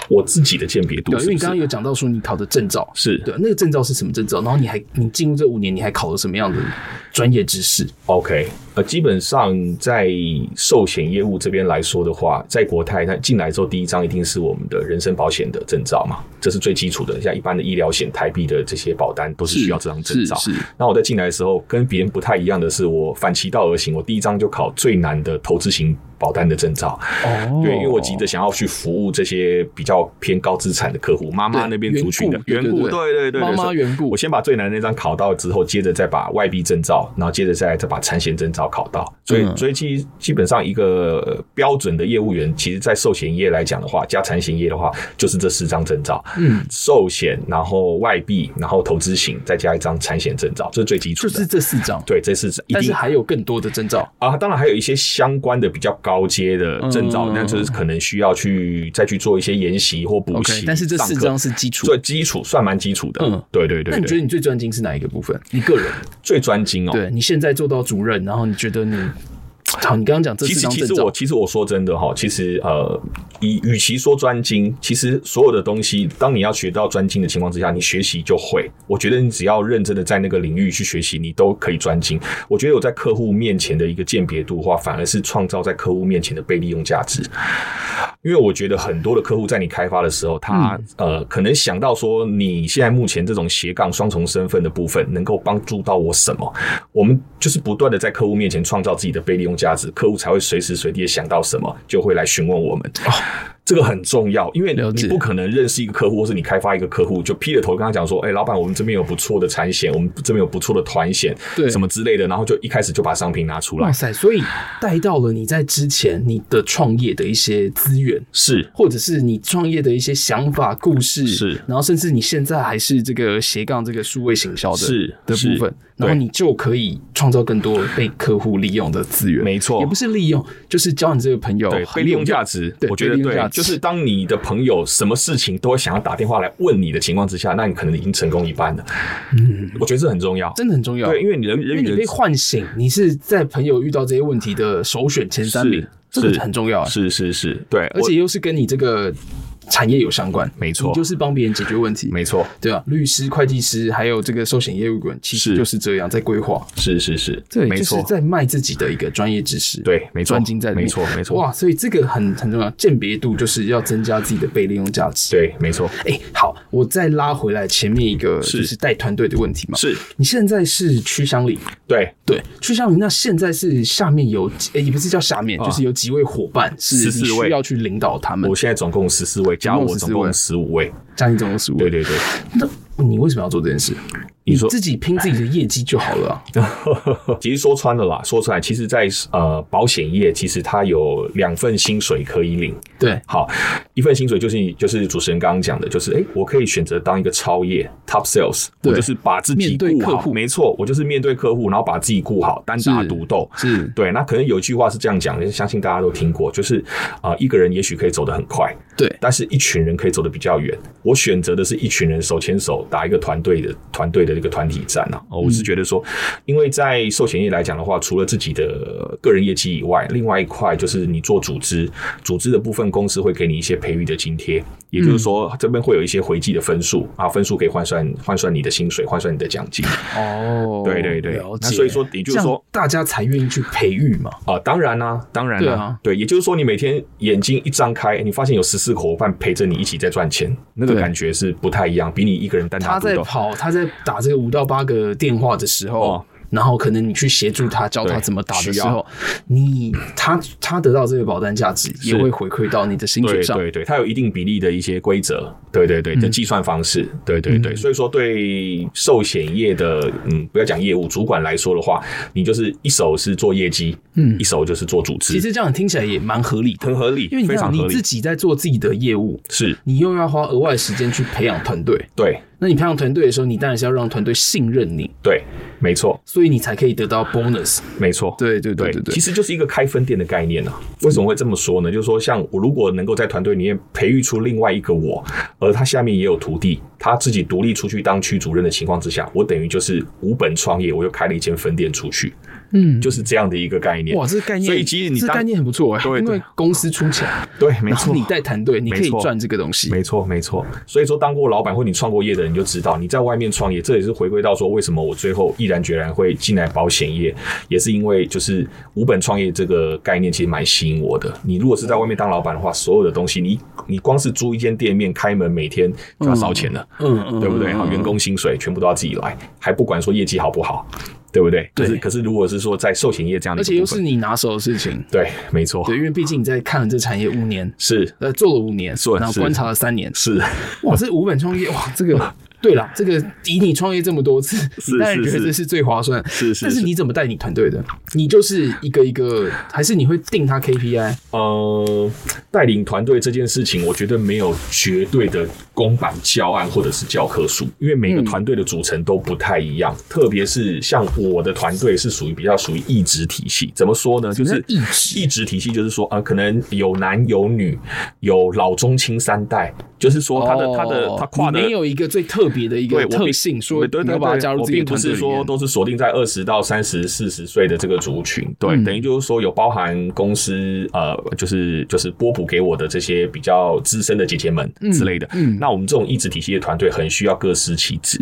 [SPEAKER 4] 我自己的鉴别度
[SPEAKER 3] 对，因
[SPEAKER 4] 是
[SPEAKER 3] 为
[SPEAKER 4] 不
[SPEAKER 3] 你刚刚
[SPEAKER 4] 是？
[SPEAKER 3] 有讲到说你考的证照，
[SPEAKER 4] 是
[SPEAKER 3] 对，啊那个证照是什么证照？然后你还你进入这五年，你还考了什么样的专业知识？
[SPEAKER 4] OK，呃，基本上在寿险业务这边来说的话，在国泰它进来之后，第一张一定是我们的人身保险的证照嘛，这是最基础的。像一般的医疗险、台币的这些保单都是需要这张证照。
[SPEAKER 1] 是是是
[SPEAKER 4] 那我在进来的时候，跟别人不太一样的是，我反其道而行，我第一张就考最难的投资型保单的证照。
[SPEAKER 1] 哦
[SPEAKER 4] 对，因为我急着想要去服务这些比较偏高资产的客户，妈妈
[SPEAKER 1] 对
[SPEAKER 4] 那边族群的
[SPEAKER 1] 缘故
[SPEAKER 4] 故，
[SPEAKER 1] 对对
[SPEAKER 4] 对对对，
[SPEAKER 1] 妈妈
[SPEAKER 4] 所以
[SPEAKER 1] 缘故
[SPEAKER 4] 我先把最难的那张考到之后，接着再把外币证照，然后接着再再把产险证照考到。所以
[SPEAKER 1] 嗯
[SPEAKER 4] 所以基基本上一个呃标准的业务员，其实在寿险业来讲的话，加产险业的话，就是这四张证照，
[SPEAKER 3] 嗯，
[SPEAKER 4] 寿险，然后外币，然后投资型，再加一张产险证照，这是最基础
[SPEAKER 3] 就
[SPEAKER 4] 的。
[SPEAKER 3] 是这四张，
[SPEAKER 4] 对，这是一
[SPEAKER 3] 但
[SPEAKER 4] 定
[SPEAKER 3] 是还有更多的证照。
[SPEAKER 4] 啊，当然还有一些相关的比较高阶的证照，
[SPEAKER 1] 嗯
[SPEAKER 4] 那就是可能需要去再去做一些研习或补习
[SPEAKER 1] OK，。但是这四张是基础
[SPEAKER 4] 最基础，算蛮基础的。
[SPEAKER 3] 嗯
[SPEAKER 4] 嗯，对对对
[SPEAKER 3] 那你觉
[SPEAKER 4] 对，
[SPEAKER 3] 得你最专精是哪一个部分？你个人，
[SPEAKER 4] 最专精哦。
[SPEAKER 3] 对你现在做到主任，然后你觉得你，好，你刚刚讲这
[SPEAKER 4] 其
[SPEAKER 3] 四
[SPEAKER 4] 实，
[SPEAKER 3] 张
[SPEAKER 4] 其
[SPEAKER 3] 证
[SPEAKER 4] 实我
[SPEAKER 3] 照，
[SPEAKER 4] 其实我说真的哈，其实呃，与与其说专精，其实所有的东西，当你要学到专精的情况之下，你学习就会。我觉得你只要认真的在那个领域去学习，你都可以专精。我觉得我在客户面前的一个鉴别度的话，反而是创造在客户面前的被利用价值。因为我觉得很多的客户在你开发的时候，他、
[SPEAKER 3] 嗯
[SPEAKER 4] 呃可能想到说你现在目前这种斜杠双重身份的部分能够帮助到我什么？我们就是不断的在客户面前创造自己的被利用价值，客户才会随时随地地想到什么就会来询问我们。
[SPEAKER 3] 哦
[SPEAKER 4] 这个很重要，因为
[SPEAKER 1] 了解
[SPEAKER 4] 你不可能认识一个客户，或是你开发一个客户就劈着头跟他讲说：“哎、老板，我们这边有不错的产险，我们这边有不错的团险，
[SPEAKER 1] 对
[SPEAKER 4] 什么之类的。”然后就一开始就把商品拿出来
[SPEAKER 3] 哇，塞！所以带到了你在之前你的创业的一些资源，
[SPEAKER 4] 是
[SPEAKER 3] 或者是你创业的一些想法、故事，
[SPEAKER 4] 是
[SPEAKER 3] 然后甚至你现在还是这个斜杠这个数位行销的
[SPEAKER 4] 是
[SPEAKER 3] 的
[SPEAKER 4] 是
[SPEAKER 3] 部分，然后
[SPEAKER 4] 对
[SPEAKER 3] 你就可以创造更多被客户利用的资源，
[SPEAKER 4] 没错
[SPEAKER 3] 也不是利用，就是教你这个朋友
[SPEAKER 4] 对，
[SPEAKER 3] 很
[SPEAKER 4] 被利用
[SPEAKER 3] 有
[SPEAKER 4] 价值，
[SPEAKER 3] 对
[SPEAKER 4] 我觉
[SPEAKER 3] 被
[SPEAKER 4] 得
[SPEAKER 3] 利用价
[SPEAKER 4] 对，
[SPEAKER 3] 值
[SPEAKER 4] 就是当你的朋友什么事情都会想要打电话来问你的情况之下，那你可能已经成功一半了。嗯，我觉得这很重要。
[SPEAKER 3] 真的很重要，
[SPEAKER 4] 对，因为你人
[SPEAKER 3] 因
[SPEAKER 4] 人
[SPEAKER 3] 为
[SPEAKER 4] 与
[SPEAKER 3] 你
[SPEAKER 4] 人
[SPEAKER 3] 被唤醒，你是在朋友遇到这些问题的首选前三名
[SPEAKER 4] 是，
[SPEAKER 3] 这个
[SPEAKER 4] 是
[SPEAKER 3] 很重要啊，
[SPEAKER 4] 是是是，对，
[SPEAKER 3] 而且又是跟你这个产业有相关，
[SPEAKER 4] 没错
[SPEAKER 3] 你就是帮别人解决问题
[SPEAKER 4] 我，没错，
[SPEAKER 3] 对啊，律师、会计师，还有这个寿险业务员，其实
[SPEAKER 4] 是
[SPEAKER 3] 就是这样在规划，
[SPEAKER 4] 是是是，
[SPEAKER 3] 对，
[SPEAKER 4] 没
[SPEAKER 3] 就
[SPEAKER 4] 错
[SPEAKER 3] 是，在卖自己的一个专业知识，
[SPEAKER 4] 对，没错，
[SPEAKER 3] 专精在里面
[SPEAKER 4] 没错没错，
[SPEAKER 3] 哇，所以这个很很重要，鉴别度就是要增加自己的被利用价值。
[SPEAKER 4] 对，没错，
[SPEAKER 3] 哎、好，我再拉回来前面一个
[SPEAKER 4] 是
[SPEAKER 3] 就是带团队的问题嘛，
[SPEAKER 4] 是
[SPEAKER 3] 你现在是区乡里，
[SPEAKER 4] 对，
[SPEAKER 3] 对，区乡里，那现在是下面有几，诶也不是叫下面，
[SPEAKER 4] 啊
[SPEAKER 3] 就是有几位伙伴是
[SPEAKER 4] 14
[SPEAKER 3] 你
[SPEAKER 4] 位
[SPEAKER 3] 需要去领导他们
[SPEAKER 4] 我。现在总共十四位，
[SPEAKER 3] 嗯
[SPEAKER 4] 加
[SPEAKER 3] 总共
[SPEAKER 4] 我总
[SPEAKER 3] 14位
[SPEAKER 4] 共十五位，
[SPEAKER 3] 家庭总共十五
[SPEAKER 4] 对
[SPEAKER 3] 位，
[SPEAKER 4] 对 对，
[SPEAKER 3] 那你为什么要做这件事？
[SPEAKER 4] 你说
[SPEAKER 3] 自己拼自己的业绩就好了、 啊。
[SPEAKER 4] 其实说穿了啦，说出来，其实在，呃保险业，其实它有两份薪水可以领，
[SPEAKER 3] 对，
[SPEAKER 4] 好，一份薪水就是你就是主持人刚刚讲的，就是哎、诶我可以选择当一个超业 top sales，
[SPEAKER 1] 对
[SPEAKER 4] 我就是把自己
[SPEAKER 1] 面对
[SPEAKER 4] 顾
[SPEAKER 1] 客
[SPEAKER 4] 好，
[SPEAKER 1] 户
[SPEAKER 4] 没错，我就是面对客户，然后把自己顾好，单打
[SPEAKER 1] 是
[SPEAKER 4] 独斗。
[SPEAKER 1] 是
[SPEAKER 4] 对，那可能有一句话是这样讲的，相信大家都听过，就是啊、呃一个人也许可以走得很快，
[SPEAKER 1] 对
[SPEAKER 4] 但是一群人可以走得比较远。我选择的是一群人手牵手打一个团队的团队的这个团体战啊。哦我是觉得说，因为在寿险业来讲的话，除了自己的个人业绩以外，另外一块就是你做组织，组织的部分公司会给你一些培育的津贴，也就是说这边会有一些回计的分数啊，分数可以换算换算你的薪水，换算你的奖金。
[SPEAKER 3] 哦
[SPEAKER 4] 对对对
[SPEAKER 3] 了解。
[SPEAKER 4] 那所以说也就是
[SPEAKER 3] 这
[SPEAKER 4] 说
[SPEAKER 3] 样大家才愿意去培育嘛。
[SPEAKER 4] 啊，当然啦、当然
[SPEAKER 3] 对
[SPEAKER 4] 啦、
[SPEAKER 3] 啊
[SPEAKER 4] 对，也就是说，你每天眼睛一张开，你发现有十四个伙伴陪着你一起在赚钱，那个
[SPEAKER 1] 对
[SPEAKER 4] 感觉是不太一样，比你一个人单
[SPEAKER 3] 他
[SPEAKER 4] 打独
[SPEAKER 3] 在
[SPEAKER 4] 斗。
[SPEAKER 3] 跑，他在打这个五到八个电话的时候，
[SPEAKER 4] 哦
[SPEAKER 3] 然后可能你去协助他教他
[SPEAKER 4] 对
[SPEAKER 3] 怎么打的
[SPEAKER 4] 需
[SPEAKER 3] 时
[SPEAKER 4] 要
[SPEAKER 3] 候，你他他得到这个保单价值也
[SPEAKER 4] 是
[SPEAKER 3] 会回馈到你的薪水
[SPEAKER 4] 对
[SPEAKER 3] 上。嗯
[SPEAKER 4] 对对，它有一定比例的一些规则，对对对的计算方式，对对对，所以说对寿险业的嗯，不要讲业务主管来说的话，你就是一手是做业绩，嗯，一手就是做组织，
[SPEAKER 3] 其实这样听起来也蛮合理的，
[SPEAKER 4] 很合理，
[SPEAKER 3] 因为你
[SPEAKER 4] 非
[SPEAKER 3] 看
[SPEAKER 4] 常合
[SPEAKER 3] 你
[SPEAKER 4] 理
[SPEAKER 3] 自，己在做自己的业务，
[SPEAKER 4] 是
[SPEAKER 3] 你又要花额外时间去培养团队。
[SPEAKER 4] 对
[SPEAKER 3] 那你培养团队的时候，你当然是要让团队信任你，
[SPEAKER 4] 对，没错
[SPEAKER 3] 所以你才可以得到 bonus。
[SPEAKER 4] 没错，
[SPEAKER 3] 对对对对对
[SPEAKER 4] 其实就是一个开分店的概念啊。为什么会这么说呢？就是说，像我如果能够在团队里面培育出另外一个我，而他下面也有徒弟，他自己独立出去当区主任的情况之下，我等于就是无本创业，我又开了一间分店出去，
[SPEAKER 3] 嗯，
[SPEAKER 4] 就是这样的一个概念。
[SPEAKER 3] 哇，这个概念，
[SPEAKER 4] 所以其实你
[SPEAKER 3] 这
[SPEAKER 4] 当
[SPEAKER 3] 概念很不错哎、
[SPEAKER 4] 对对
[SPEAKER 3] 因为公司出钱，
[SPEAKER 4] 对， 没
[SPEAKER 3] 然后
[SPEAKER 4] 错，
[SPEAKER 3] 你带团队，你可
[SPEAKER 4] 没
[SPEAKER 3] 以
[SPEAKER 4] 错
[SPEAKER 3] 赚这个东西。
[SPEAKER 4] 没错，没错。所以说，当过老板或你创过业的人，你就知道你在外面创业，这也是回归到说，为什么我最后毅然决然会进来保险业，也是因为就是无本创业这个概念其实蛮吸引我的。你如果是在外面当老板的话，所有的东西你你光是租一间店面、开门，每天就要烧钱了，
[SPEAKER 3] 嗯嗯，
[SPEAKER 4] 对不对？
[SPEAKER 3] 嗯
[SPEAKER 4] 好，员工薪水全部都要自己来，还不管说业绩好不好，对不对？
[SPEAKER 3] 对
[SPEAKER 4] 可是可是如果是说在寿险业这样的
[SPEAKER 3] 而
[SPEAKER 4] 一
[SPEAKER 3] 且
[SPEAKER 4] 个
[SPEAKER 3] 又
[SPEAKER 4] 部
[SPEAKER 3] 是
[SPEAKER 4] 分，
[SPEAKER 3] 你拿手的事情，
[SPEAKER 4] 对，没错，
[SPEAKER 3] 对，因为毕竟你在看了这产业五年，
[SPEAKER 4] 是
[SPEAKER 3] 呃，做了五年
[SPEAKER 4] 做，了
[SPEAKER 3] 然后
[SPEAKER 4] 是
[SPEAKER 3] 观察了三年，
[SPEAKER 4] 是，
[SPEAKER 3] 哇，这五本创业，哇，这个。对啦，这个以你创业这么多次，
[SPEAKER 4] 是
[SPEAKER 3] 你当然
[SPEAKER 4] 是
[SPEAKER 3] 觉得
[SPEAKER 4] 是
[SPEAKER 3] 这是最划算。
[SPEAKER 4] 是是
[SPEAKER 3] 但是
[SPEAKER 4] 是
[SPEAKER 3] 你怎么带你团队的？你就是一个一个，还是你会定他 KPI？
[SPEAKER 4] 呃，带领团队这件事情，我觉得没有绝对的公版教案或者是教科书，因为每个团队的组成都不太一
[SPEAKER 3] 嗯
[SPEAKER 4] 样。特别是像我的团队是属于比较属于意职体系，怎么说呢？就
[SPEAKER 3] 么叫
[SPEAKER 4] 是
[SPEAKER 3] 意职
[SPEAKER 4] 意职体系就是说，呃，可能有男有女，有老中青三代，就是说哦他的、他的他跨
[SPEAKER 3] 哦你
[SPEAKER 4] 的
[SPEAKER 3] 没有一个最特别的一
[SPEAKER 4] 对
[SPEAKER 3] 个
[SPEAKER 4] 我
[SPEAKER 3] 特
[SPEAKER 4] 并
[SPEAKER 3] 性，说
[SPEAKER 4] 对对
[SPEAKER 3] 你
[SPEAKER 4] 对
[SPEAKER 3] 要把它加入
[SPEAKER 4] 我
[SPEAKER 3] 自己
[SPEAKER 4] 并
[SPEAKER 3] 的
[SPEAKER 4] 不
[SPEAKER 3] 团队
[SPEAKER 4] 是
[SPEAKER 3] 里面
[SPEAKER 4] 说都是锁定在二十到三十、四十岁的这个族群，对，
[SPEAKER 3] 嗯
[SPEAKER 4] 等于就是说有包含公司呃，就是就是波普给我的这些比较资深的姐姐们之类的。
[SPEAKER 3] 嗯
[SPEAKER 4] 那我们这种意志体系的团队很需要各司其职。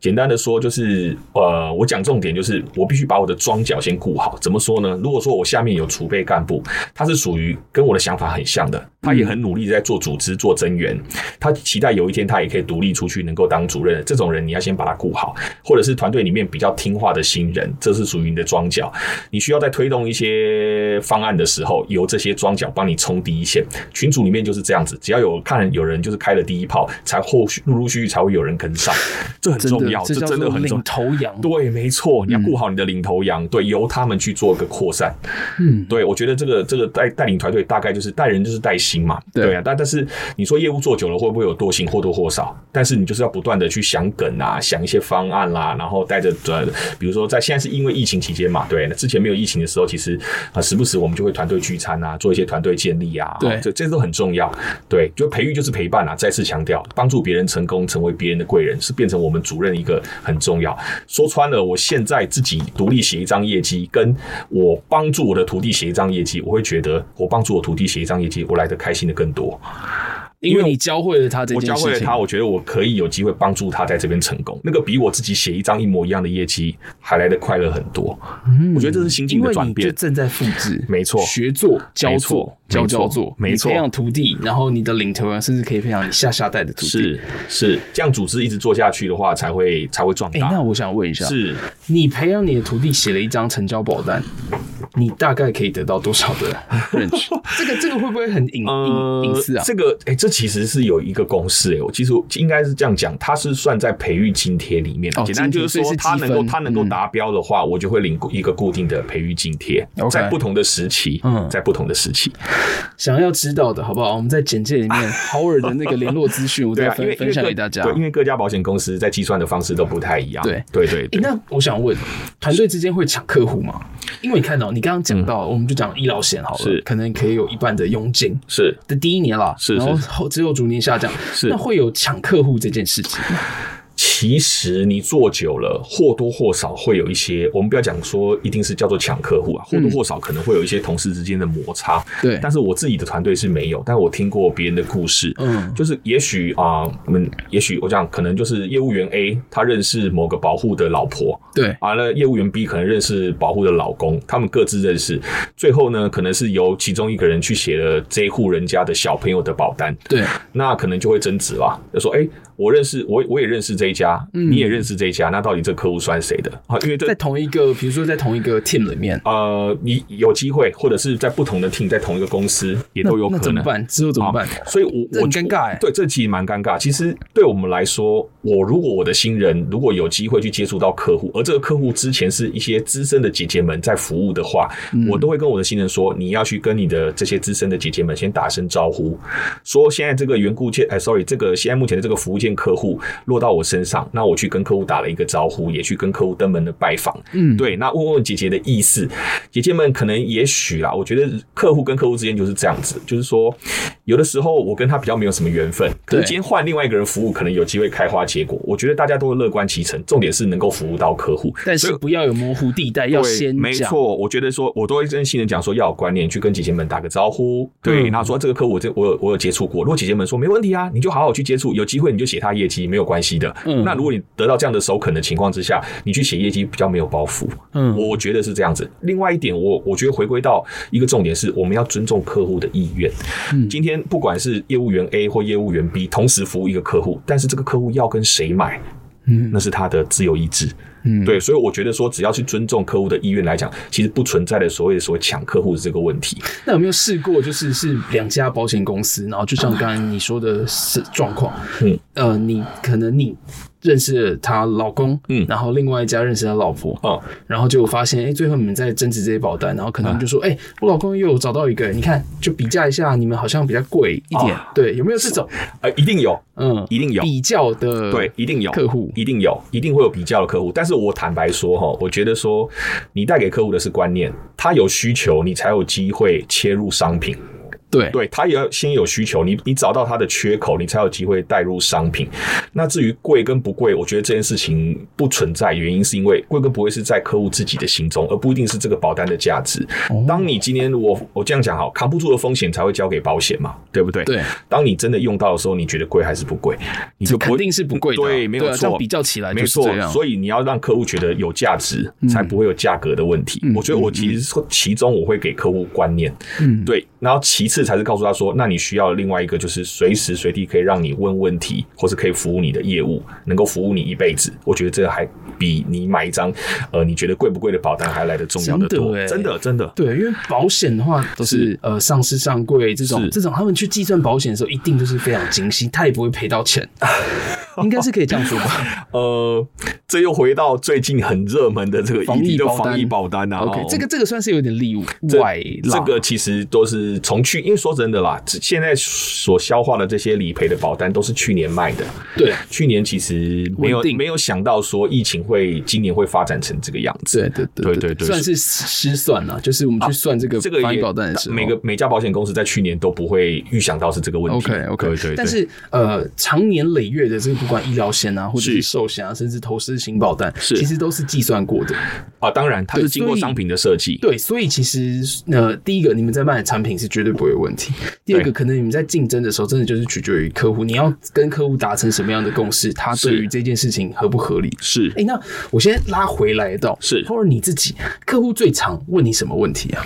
[SPEAKER 4] 简单的说，就是呃，我讲重点就是我必须把我的庄脚先顾好。怎么说呢？如果说我下面有储备干部，他是属于跟我的想法很像的，他也很努力在做组织、做增援，他期待有一天他也可以独立出去，能够当主任。这种人你要先把他顾好，或者是团队里面比较听话的新人，这是属于你的庄脚。你需要在推动一些方案的时候，由这些庄脚帮你冲第一线。群组里面就是这样子，只要有看有人就是开了第一炮，才后续陆陆续续才会有人跟上，这很
[SPEAKER 3] 真
[SPEAKER 4] 重要，
[SPEAKER 3] 的，
[SPEAKER 4] 这
[SPEAKER 3] 叫
[SPEAKER 4] 真的
[SPEAKER 3] 做
[SPEAKER 4] 很重
[SPEAKER 3] 领
[SPEAKER 4] 要。
[SPEAKER 3] 头羊。
[SPEAKER 4] 对，没错，你要顾好你的领头羊，对，由他们去做一个扩散。
[SPEAKER 3] 嗯，
[SPEAKER 4] 对，我觉得这个这个带带领团队大概就是带人就是带心嘛，
[SPEAKER 3] 对
[SPEAKER 4] 对啊。但但是你说业务做久了会不会有惰性，或多或少？但是你就是要不断的去想梗啊，想一些方案啦、然后带着呃，比如说在现在是因为疫情期间嘛，对，那之前没有疫情的时候，其实啊、呃时不时我们就会团队聚餐啊，做一些团队建立啊，
[SPEAKER 3] 对
[SPEAKER 4] 这这都很重要。对，就培育就是陪伴啊，再次强调，帮助别人成功，成为别人的贵人，是变成我们主任一个很重要。说穿了，我现在自己独立写一张业绩，跟我帮助我的徒弟写一张业绩，我会觉得我帮助我徒弟写一张业绩，我来的开心的更多。
[SPEAKER 3] 因为你教会了他这
[SPEAKER 4] 我
[SPEAKER 3] 件事情，
[SPEAKER 4] 教会了他，我觉得我可以有机会帮助他在这边成功，那个比我自己写一张一模一样的业绩还来的快乐很多。我觉得这是心
[SPEAKER 3] 嗯
[SPEAKER 4] 境
[SPEAKER 3] 因
[SPEAKER 4] 的
[SPEAKER 3] 为
[SPEAKER 4] 转
[SPEAKER 3] 你就
[SPEAKER 4] 变。
[SPEAKER 3] 正在复制，
[SPEAKER 4] 没错
[SPEAKER 3] 学做、教
[SPEAKER 4] 没
[SPEAKER 3] 做
[SPEAKER 4] 错、
[SPEAKER 3] 教
[SPEAKER 4] 没错
[SPEAKER 3] 教做，
[SPEAKER 4] 没错
[SPEAKER 3] 你培养徒弟，然后你的领头羊，甚至可以培养你下下代的徒弟。
[SPEAKER 4] 是是，这样组织一直做下去的话，才会才会壮
[SPEAKER 3] 哎、
[SPEAKER 4] 大。
[SPEAKER 3] 那我想问一下，
[SPEAKER 4] 啊是
[SPEAKER 3] 你培养你的徒弟写了一张成交保单，你大概可以得到多少的 range？这 个这个会不会很隐
[SPEAKER 4] 呃
[SPEAKER 3] 隐隐私啊？
[SPEAKER 4] 这个哎、诶这其实是有一个公式哎、我其实应该是这样讲，它是算在培育津贴里面的。
[SPEAKER 3] 哦
[SPEAKER 4] 简单就是
[SPEAKER 3] 津贴所
[SPEAKER 4] 说
[SPEAKER 3] 以，是
[SPEAKER 4] 它能够
[SPEAKER 3] 积分嗯
[SPEAKER 4] 它能够达标的话，我就会领一个固定的培育津贴，
[SPEAKER 3] OK
[SPEAKER 4] 在不同的时期
[SPEAKER 3] 嗯，
[SPEAKER 4] 在不同的时期。
[SPEAKER 3] 想要知道的好不好？我们在简介里 面 Howard 的那个联络资讯，我
[SPEAKER 4] 对
[SPEAKER 3] 再
[SPEAKER 4] 啊，因
[SPEAKER 3] 分、
[SPEAKER 4] 为
[SPEAKER 3] 分享
[SPEAKER 4] 因为
[SPEAKER 3] 给
[SPEAKER 4] 各
[SPEAKER 3] 大家。
[SPEAKER 4] 对，因为各家保险公司在计算的方式都不太一样。
[SPEAKER 3] 对
[SPEAKER 4] 对对
[SPEAKER 3] 欸、
[SPEAKER 4] 对，
[SPEAKER 3] 那我想问，团队之间会抢客户吗？因为你看到、哦你刚刚讲到，我们就讲医疗险好了
[SPEAKER 4] 嗯是，
[SPEAKER 3] 可能可以有一半的佣金
[SPEAKER 4] 是
[SPEAKER 3] 的第一年啦，
[SPEAKER 4] 是
[SPEAKER 3] 然后
[SPEAKER 4] 是
[SPEAKER 3] 后之后逐年下降，
[SPEAKER 4] 是
[SPEAKER 3] 那会有抢客户这件事情吗，
[SPEAKER 4] 其实你做久了，或多或少会有一些，我们不要讲说一定是叫做抢客户啊，或
[SPEAKER 3] 嗯
[SPEAKER 4] 多或少可能会有一些同事之间的摩擦。
[SPEAKER 3] 对
[SPEAKER 4] 但是我自己的团队是没有，但我听过别人的故事，
[SPEAKER 3] 嗯
[SPEAKER 4] 就是也许啊，我、们也许我讲可能就是业务员 A 他认识某个保护的老婆，
[SPEAKER 3] 对，
[SPEAKER 4] 啊，那业务员 B 可能认识保护的老公，他们各自认识。最后呢，可能是由其中一个人去写了这一户人家的小朋友的保单，
[SPEAKER 3] 对，
[SPEAKER 4] 那可能就会争执啦。就说，哎、我认识，我我也认识这一家，你也认识这一家，那到底这客户算谁的啊？因为这
[SPEAKER 3] 嗯在同一个，比如说在同一个 team 里面，
[SPEAKER 4] 呃，你有机会，或者是在不同的 team，在同一个公司也都有
[SPEAKER 3] 那
[SPEAKER 4] 可
[SPEAKER 3] 怎么
[SPEAKER 4] 能。
[SPEAKER 3] 办？之后怎么办？
[SPEAKER 4] 所以我，
[SPEAKER 3] 这
[SPEAKER 4] 我
[SPEAKER 3] 很尴尬欸
[SPEAKER 4] 对，这其实蛮尴尬。其实对我们来说，我如果我的新人如果有机会去接触到客户，而这个客户之前是一些资深的姐姐们在服务的话，我都会跟我的新人说，你要去跟你的这些资深的姐姐们先打声招呼，说现在这个缘故件，哎，sorry，这个现在目前的这个服务件客户落到我身上，那我去跟客户打了一个招呼，也去跟客户登门的拜访，
[SPEAKER 3] 嗯，
[SPEAKER 4] 对，那问问姐姐的意思，姐姐们可能也许啦，我觉得客户跟客户之间就是这样子，就是说，有的时候我跟他比较没有什么缘分，可是
[SPEAKER 3] 对
[SPEAKER 4] 今天换另外一个人服务，可能有机会开花结果。我觉得大家都会乐观其成，重点是能够服务到客户。
[SPEAKER 3] 但
[SPEAKER 4] 所
[SPEAKER 3] 是
[SPEAKER 4] 以
[SPEAKER 3] 不要有模糊地带，要
[SPEAKER 4] 对
[SPEAKER 3] 先
[SPEAKER 4] 没
[SPEAKER 3] 讲。
[SPEAKER 4] 错，我觉得说，我都会跟新人讲说要有观念，去跟姐姐们打个招呼。对，
[SPEAKER 3] 嗯
[SPEAKER 4] 然后说这个客户我这我有我有接触过，如果姐姐们说没问题啊，你就好好去接触，有机会你就写他业绩没有关系的。
[SPEAKER 3] 嗯
[SPEAKER 4] 那如果你得到这样的首肯的情况之下，你去写业绩比较没有包袱。
[SPEAKER 3] 嗯
[SPEAKER 4] 我觉得是这样子。另外一点，我我觉得回归到一个重点是，我们要尊重客户的意愿。
[SPEAKER 3] 嗯
[SPEAKER 4] 今天不管是业务员 A 或业务员 B 同时服务一个客户，但是这个客户要跟谁买，
[SPEAKER 3] 嗯
[SPEAKER 4] 那是他的自由意志。
[SPEAKER 3] 嗯，
[SPEAKER 4] 对，所以我觉得说，只要去尊重客户的意愿来讲，其实不存在的所谓所谓抢客户的这个问题。
[SPEAKER 3] 那有没有试过，就是是两家保险公司，然后就像刚才你说的是状况，
[SPEAKER 4] 嗯，
[SPEAKER 3] 呃，你可能你认识了她老公，
[SPEAKER 4] 嗯
[SPEAKER 3] 然后另外一家认识她老婆，
[SPEAKER 4] 哦，
[SPEAKER 3] 然后就发现，哎、最后你们在争执这些保单，然后
[SPEAKER 4] 啊
[SPEAKER 3] 可能就说，哎、我老公又有找到一个，你看就比价一下，你们好像比较贵一点，
[SPEAKER 4] 哦
[SPEAKER 3] 对，有没有这种，
[SPEAKER 4] 呃，一定有，
[SPEAKER 3] 嗯，
[SPEAKER 4] 一定有。
[SPEAKER 3] 比较的，
[SPEAKER 4] 对，一定有
[SPEAKER 3] 呃客户
[SPEAKER 4] 一定有，一定会有比较的客户。但是我坦白说哈，我觉得说你带给客户的是观念，他有需求，你才有机会切入商品。
[SPEAKER 3] 对，
[SPEAKER 4] 对他也要先有需求，你你找到他的缺口，你才有机会带入商品。那至于贵跟不贵，我觉得这件事情不存在，原因是因为贵跟不贵是在客户自己的心中，而不一定是这个保单的价值。
[SPEAKER 3] 哦
[SPEAKER 4] 当你今天如果我这样讲好，扛不住的风险才会交给保险嘛，对不对？
[SPEAKER 3] 对，
[SPEAKER 4] 当你真的用到的时候，你觉得贵还是不贵？你就不
[SPEAKER 3] 肯
[SPEAKER 4] 会
[SPEAKER 3] 定是不贵的啊，
[SPEAKER 4] 对，没有
[SPEAKER 3] 啊
[SPEAKER 4] 错。
[SPEAKER 3] 这样比较起来就
[SPEAKER 4] 没
[SPEAKER 3] 是
[SPEAKER 4] 错
[SPEAKER 3] 这，样，
[SPEAKER 4] 所以你要让客户觉得有价值，才不会有价格的问题。
[SPEAKER 3] 嗯
[SPEAKER 4] 我觉得我其实说其中我会给客户观念，
[SPEAKER 3] 嗯，
[SPEAKER 4] 对，然后其次才是告诉他说，那你需要另外一个就是随时随地可以让你问问题，或是可以服务你的业务，能够服务你一辈子。我觉得这还比你买一张呃你觉得贵不贵的保单还来得重要的多
[SPEAKER 3] 真的欸，
[SPEAKER 4] 真的真的。
[SPEAKER 3] 对，因为保险的话都是呃上市上柜这种
[SPEAKER 4] 是
[SPEAKER 3] 这种，他们去计算保险的时候一定就是非常精细，他也不会赔到 钱，应该是可以这样说吧？
[SPEAKER 4] 呃，这又回到最近很热门的这个
[SPEAKER 3] 防
[SPEAKER 4] 疫
[SPEAKER 3] 疫
[SPEAKER 4] 的
[SPEAKER 3] 保单
[SPEAKER 4] 防疫保单啊
[SPEAKER 3] OK，
[SPEAKER 4] 哦
[SPEAKER 3] 这个这个算是有点例外
[SPEAKER 4] 这
[SPEAKER 3] 啦
[SPEAKER 4] 这个其实都是从去，因为说真的啦，只现在所消化的这些理赔的保单都是去年卖的，
[SPEAKER 3] 对
[SPEAKER 4] 去年其实没有
[SPEAKER 3] 稳定
[SPEAKER 4] 没有想到说疫情会今年会发展成这个样子。
[SPEAKER 3] 对对
[SPEAKER 4] 对对对
[SPEAKER 3] 算是失算了，就是我们去算这个
[SPEAKER 4] 这个
[SPEAKER 3] 防疫
[SPEAKER 4] 也
[SPEAKER 3] 保单的时候，
[SPEAKER 4] 每个每家保险公司在去年都不会预想到是这个问题。
[SPEAKER 3] OK OK，
[SPEAKER 4] 对对对
[SPEAKER 3] 但是呃，长年累月的这个不管医疗险啊，或者是
[SPEAKER 4] 是
[SPEAKER 3] 寿险啊，甚至投资型保单，
[SPEAKER 4] 是
[SPEAKER 3] 其实都是计算过的。
[SPEAKER 4] 啊，当然它是
[SPEAKER 3] 对
[SPEAKER 4] 经过
[SPEAKER 3] 所以
[SPEAKER 4] 商品的设计。
[SPEAKER 3] 对，所以其实呃，第一个你们在卖的产品是绝对不会有问题。第二个，
[SPEAKER 4] 对
[SPEAKER 3] 可能你们在竞争的时候，真的就是取决于客户，你要跟客户达成什么样的共识，他对于这件事情合不合理。
[SPEAKER 4] 是
[SPEAKER 3] 哎、那我先拉回来到
[SPEAKER 4] 是
[SPEAKER 3] 或者你自己，客户最常问你什么问题啊？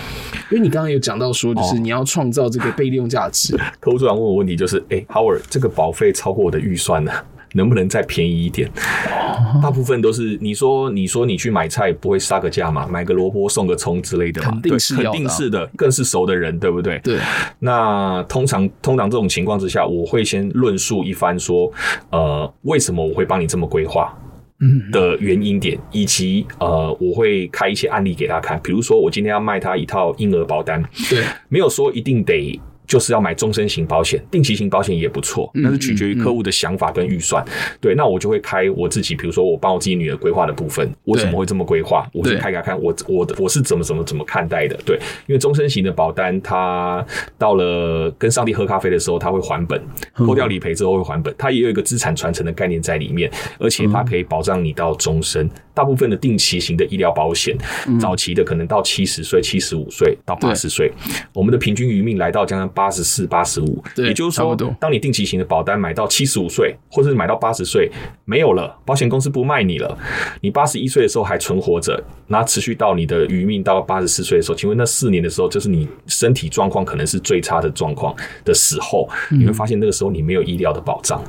[SPEAKER 3] 因为你刚刚有讲到说，就是
[SPEAKER 4] 哦
[SPEAKER 3] 你要创造这个被利用价值。
[SPEAKER 4] 客户突然问我问题，就是哎、h o w a r d 这个保费超过我的预算了。 能不能再便宜一点？
[SPEAKER 3] 哦
[SPEAKER 4] 大部分都是你说，你说你去买菜不会杀个价嘛？买个萝卜送个葱之类的嘛，
[SPEAKER 3] 肯定
[SPEAKER 4] 对
[SPEAKER 3] 是要
[SPEAKER 4] 肯
[SPEAKER 3] 的
[SPEAKER 4] 定
[SPEAKER 3] 啊
[SPEAKER 4] 是的，更是熟的人，对不对？
[SPEAKER 3] 对，
[SPEAKER 4] 那通常通常这种情况之下，我会先论述一番说，呃，为什么我会帮你这么规划。
[SPEAKER 3] 嗯
[SPEAKER 4] 的原因点，以及呃，我会开一些案例给他看，比如说我今天要卖他一套婴儿保单，
[SPEAKER 3] 对，
[SPEAKER 4] 没有说一定得就是要买终身型保险，定期型保险也不错，但是取决于客户的想法跟预算。对，那我就会开我自己，比如说我帮我自己女儿规划的部分，我怎么会这么规划？我就
[SPEAKER 3] 对
[SPEAKER 4] 开给她看我我的我是怎么怎么怎么看待的。对，因为终身型的保单，它到了跟上帝喝咖啡的时候，它会还本，扣掉理赔之后会还本，它也有一个资产传承的概念在里面，而且它可以保障你到终身。大部分的定期型的医疗保险，早期的可能到七十岁、七十五岁到
[SPEAKER 3] 对
[SPEAKER 4] 八十岁，我们的平均余命来到将近八十四、八十五，
[SPEAKER 3] 对
[SPEAKER 4] 也就是
[SPEAKER 3] 差不
[SPEAKER 4] 说
[SPEAKER 3] 多，
[SPEAKER 4] 当你定期型的保单买到七十五岁，或者是买到八十岁没有了，保险公司不卖你了，你八十一岁的时候还存活着，那持续到你的余命到八十四岁的时候，请问那四年的时候，就是你身体状况可能是最差的状况的时候，你会发现那个时候你没有医疗的保障。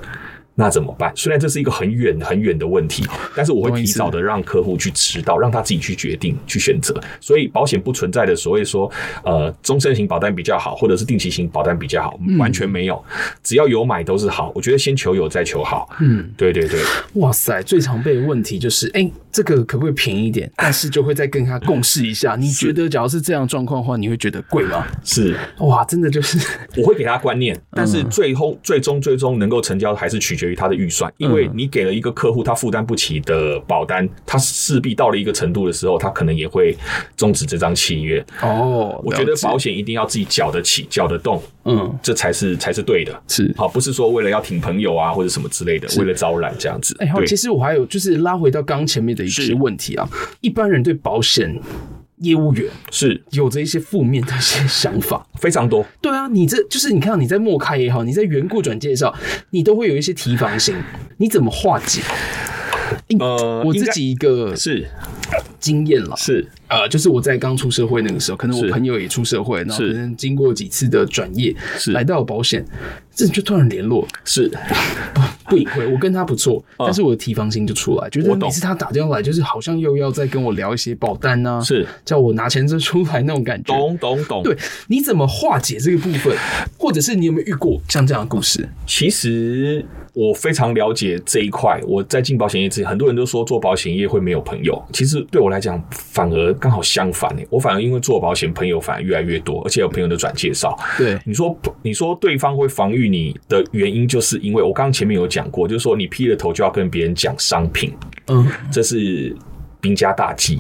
[SPEAKER 4] 那怎么办？虽然这是一个很远很远的问题，但是我会
[SPEAKER 1] 懂意
[SPEAKER 4] 提
[SPEAKER 1] 思
[SPEAKER 4] 早的让客户去知道，让他自己去决定、去选择。所以保险不存在的所谓说，呃，终身型保单比较好，或者是定期型保单比较好，
[SPEAKER 1] 嗯
[SPEAKER 4] 完全没有。只要有买都是好。我觉得先求有再求好。
[SPEAKER 3] 嗯，
[SPEAKER 4] 对对对，
[SPEAKER 3] 哇塞，最常被的问题就是，哎、这个可不可以便宜一点？但是就会再跟他共事一下。你觉得，假如是这样的状况的话，你会觉得贵吗？
[SPEAKER 4] 是
[SPEAKER 3] 哇，真的就是，
[SPEAKER 4] 我会给他
[SPEAKER 1] 嗯
[SPEAKER 4] 观念，但是最后最终最终能够成交，还是取决于他的预算。因
[SPEAKER 1] 嗯
[SPEAKER 4] 为你给了一个客户他负担不起的保单，他势必到了一个程度的时候，他可能也会终止这张契约。
[SPEAKER 3] 哦，
[SPEAKER 4] 我觉得
[SPEAKER 3] 了解
[SPEAKER 4] 保险一定要自己缴得起、缴得动，
[SPEAKER 3] 嗯，
[SPEAKER 4] 这才是才是对的。
[SPEAKER 1] 是
[SPEAKER 4] 好，不是说为了要挺朋友啊或者什么之类的，为了招揽这样子。
[SPEAKER 3] 哎、好，
[SPEAKER 4] 对
[SPEAKER 3] 其实我还有就是拉回到刚前面的一些
[SPEAKER 4] 是
[SPEAKER 3] 问题啊，一般人对保险业务员
[SPEAKER 4] 是
[SPEAKER 3] 有着一些负面的一些想法。
[SPEAKER 4] 非常多。
[SPEAKER 3] 对啊，你这就是你看到你在默开也好，你在缘故转介绍，你都会有一些提防心，你怎么化解？哎
[SPEAKER 4] 呃，
[SPEAKER 3] 我
[SPEAKER 4] 应
[SPEAKER 3] 自
[SPEAKER 4] 该
[SPEAKER 3] 己一个
[SPEAKER 4] 是
[SPEAKER 3] 经验啦，
[SPEAKER 4] 是
[SPEAKER 3] 呃，就是我在刚出社会那个时候，可能我
[SPEAKER 4] 是
[SPEAKER 3] 朋友也出社会，然后
[SPEAKER 4] 是
[SPEAKER 3] 可能经过几次的转业，
[SPEAKER 4] 是
[SPEAKER 3] 来到保险，这就突然联络，
[SPEAKER 4] 是，
[SPEAKER 3] 不隐晦，我跟他不错，但是我的提防心就出来，觉得
[SPEAKER 4] 嗯我懂
[SPEAKER 3] 每次他打电话来，就是好像又要再跟我聊一些保单啊，
[SPEAKER 4] 是
[SPEAKER 3] 叫我拿钱这出来那种感觉。
[SPEAKER 4] 懂懂懂。
[SPEAKER 3] 对，你怎么化解这个部 分，或者是你有没有遇过像这样的故事？
[SPEAKER 4] 其实我非常了解这一块。我在进保险业之前，很多人都说做保险业会没有朋友。其实对我来讲，反而刚好相反诶、我反而因为做保险，朋友反而越来越多，而且有朋友的转介绍。
[SPEAKER 3] 对，
[SPEAKER 4] 你说你说对方会防御你的原因，就是因为我刚刚前面有讲过，就是说你劈了头就要跟别人讲商品，
[SPEAKER 3] 嗯，
[SPEAKER 4] 这是兵家大忌。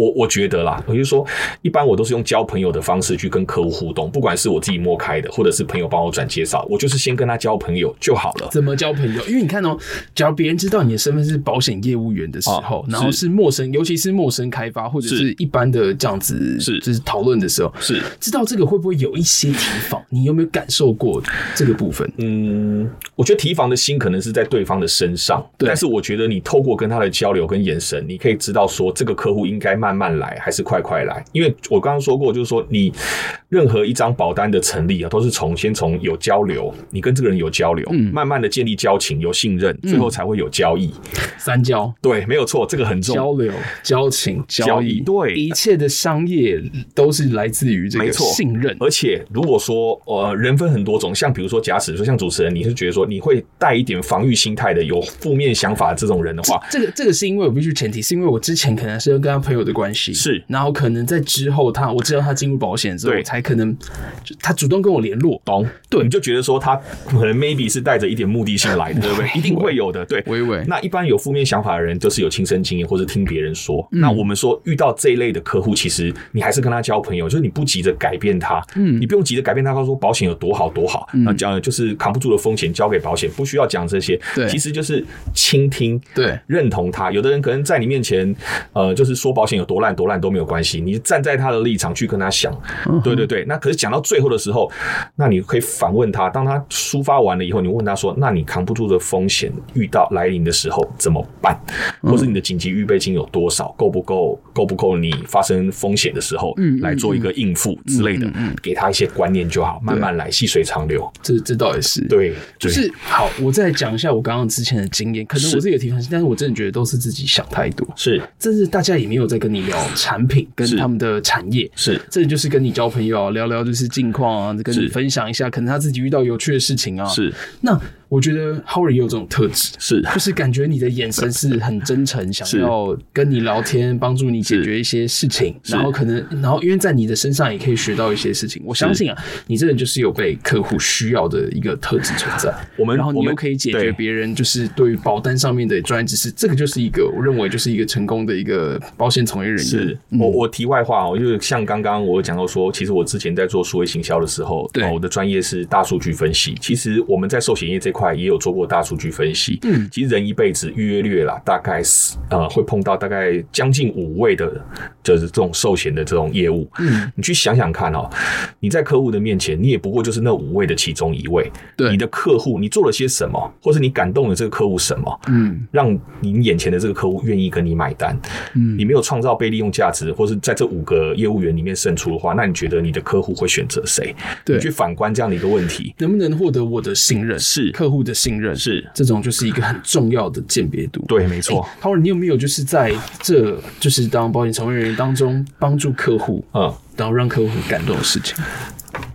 [SPEAKER 4] 我我觉得啦，我就说，一般我都是用交朋友的方式去跟客户互动，不管是我自己摸开的，或者是朋友帮我转介绍，我就是先跟他交朋友就好了。
[SPEAKER 3] 怎么交朋友？因为你看哦，假如别人知道你的身份是保险业务员的时候，
[SPEAKER 4] 哦
[SPEAKER 3] 然后
[SPEAKER 4] 是
[SPEAKER 3] 是陌生，尤其是陌生开发或者
[SPEAKER 4] 是
[SPEAKER 3] 是一般的这样子，
[SPEAKER 4] 是
[SPEAKER 3] 就是讨论的时候，
[SPEAKER 4] 是，
[SPEAKER 3] 知道这个会不会有一些提防？你有没有感受过这个部分？
[SPEAKER 4] 嗯，我觉得提防的心可能是在对方的身上，
[SPEAKER 3] 对
[SPEAKER 4] 但是我觉得你透过跟他的交流跟眼神，你可以知道说这个客户应该慢慢来还是快快来，因为我刚刚说过，就是说你任何一张保单的成立啊，都是从先从有交流，你跟这个人有交流，慢慢的建立交情，有信任，最后才会有交易。
[SPEAKER 3] 三交、
[SPEAKER 4] 对，没有错，这个很重要。
[SPEAKER 3] 交流、交情、
[SPEAKER 4] 交易
[SPEAKER 3] 易，
[SPEAKER 4] 对
[SPEAKER 3] 一切的商业都是来自于这
[SPEAKER 4] 没
[SPEAKER 3] 个
[SPEAKER 4] 错
[SPEAKER 3] 信任。
[SPEAKER 4] 而且，如果说呃，人分很多种，像比如说，假使说像主持人，你是觉得说你会带一点防御心态的，有负面想法的这种人的话，
[SPEAKER 3] 这个这个是因为我必须前提，是因为我之前可能是跟他朋友的关系，
[SPEAKER 4] 是
[SPEAKER 3] 然后可能在之后他我知道他进入保险之后，
[SPEAKER 4] 对
[SPEAKER 3] 我才可能就他主动跟我联络，
[SPEAKER 4] 懂，
[SPEAKER 3] 对
[SPEAKER 4] 你就觉得说他可能 maybe 是带着一点目的性来 的，对不对？一定会有的，对。
[SPEAKER 1] 微微
[SPEAKER 4] 那一般有负面想法的人，都是有亲身经验或是听别人说。
[SPEAKER 1] 嗯
[SPEAKER 4] 那我们说遇到这一类的客户，其实你还是跟他交朋友，就是你不急着改变他，嗯，你不用急着改变他，他说保险有多好多好，
[SPEAKER 1] 嗯
[SPEAKER 4] 那讲就是扛不住的风险交给保险，不需要讲这些，
[SPEAKER 1] 对
[SPEAKER 4] 其实就是倾听，
[SPEAKER 3] 对，
[SPEAKER 4] 认同他。有的人可能在你面前，呃，就是说保险有多烂多烂都没有关系，你站在他的立场去跟他想，
[SPEAKER 3] 嗯
[SPEAKER 4] 对对对。那可是讲到最后的时候，那你可以反问他，当他抒发完了以后，你问他说：“那你扛不住的风险遇到来临的时候怎么办？
[SPEAKER 3] 嗯
[SPEAKER 4] 或是你的紧急预备金有多少？够不够？够不够你发生风险的时候
[SPEAKER 3] 嗯
[SPEAKER 4] 来做一个应付之类的？给他一些观念就好，慢慢来，细水长流。
[SPEAKER 3] 这这倒也是。
[SPEAKER 4] 对，
[SPEAKER 3] 就
[SPEAKER 4] 对
[SPEAKER 3] 是好，我再讲一下我刚刚之前的经验，可能
[SPEAKER 4] 是
[SPEAKER 3] 我自己有提防心，但是我真的觉得都是自己想太多，
[SPEAKER 4] 是
[SPEAKER 3] 真是大家也没有在跟你聊产品跟
[SPEAKER 4] 是
[SPEAKER 3] 他们的产业，
[SPEAKER 4] 是
[SPEAKER 3] 这就是跟你交朋友啊，聊聊就是近况啊，跟你
[SPEAKER 4] 是
[SPEAKER 3] 分享一下可能他自己遇到有趣的事情啊。，
[SPEAKER 4] 是
[SPEAKER 3] 那我觉得 Howard 也有这种特质，
[SPEAKER 4] 是
[SPEAKER 3] 就是感觉你的眼神是很真诚，想要跟你聊天，帮助你解决一些事情，
[SPEAKER 4] 是
[SPEAKER 3] 然后可能，然后因为在你的身上也可以学到一些事情。我相信啊，你这人就是有被客户需要的一个特质存在。
[SPEAKER 4] 我们
[SPEAKER 3] 然后你
[SPEAKER 4] 我
[SPEAKER 3] 又
[SPEAKER 4] 们
[SPEAKER 3] 可以解决
[SPEAKER 4] 对
[SPEAKER 3] 别人就是对于保单上面的专业知识，这个就是一个我认为就是一个成功的一个保险从业人员。
[SPEAKER 4] 是我我题外话哦，就是像刚刚我有讲到说，其实我之前在做数位行销的时候，
[SPEAKER 3] 对
[SPEAKER 4] 哦我的专业是大数据分析。其实我们在寿险业这块也有做过大数据分析。嗯，其实人一辈子约略啦，大概是呃会碰到大概将近五位的，就是这种寿险的这种业务。嗯，你去想想看哦，你在客户的面前，你也不过就是那五位的其中一位。
[SPEAKER 1] 对
[SPEAKER 4] 你的客户，你做了些什么，或是你感动了这个客户什么？
[SPEAKER 3] 嗯，
[SPEAKER 4] 让你眼前的这个客户愿意跟你买单，嗯，你没有创造被利用价值，或是在这五个业务员里面胜出的话，那你觉得你的客户会选择谁？
[SPEAKER 1] 对
[SPEAKER 4] 你去反观这样的一个问题，
[SPEAKER 3] 能不能获得我的信任？
[SPEAKER 4] 是
[SPEAKER 3] 客客户的信任，
[SPEAKER 4] 是
[SPEAKER 3] 这种就是一个很重要的鉴别度。
[SPEAKER 4] 对，没错，
[SPEAKER 3] h o w a r d 你有没有就是在这就是当保险从业人员当中帮助客户，
[SPEAKER 4] 嗯，
[SPEAKER 3] 然后让客户很感动的事情？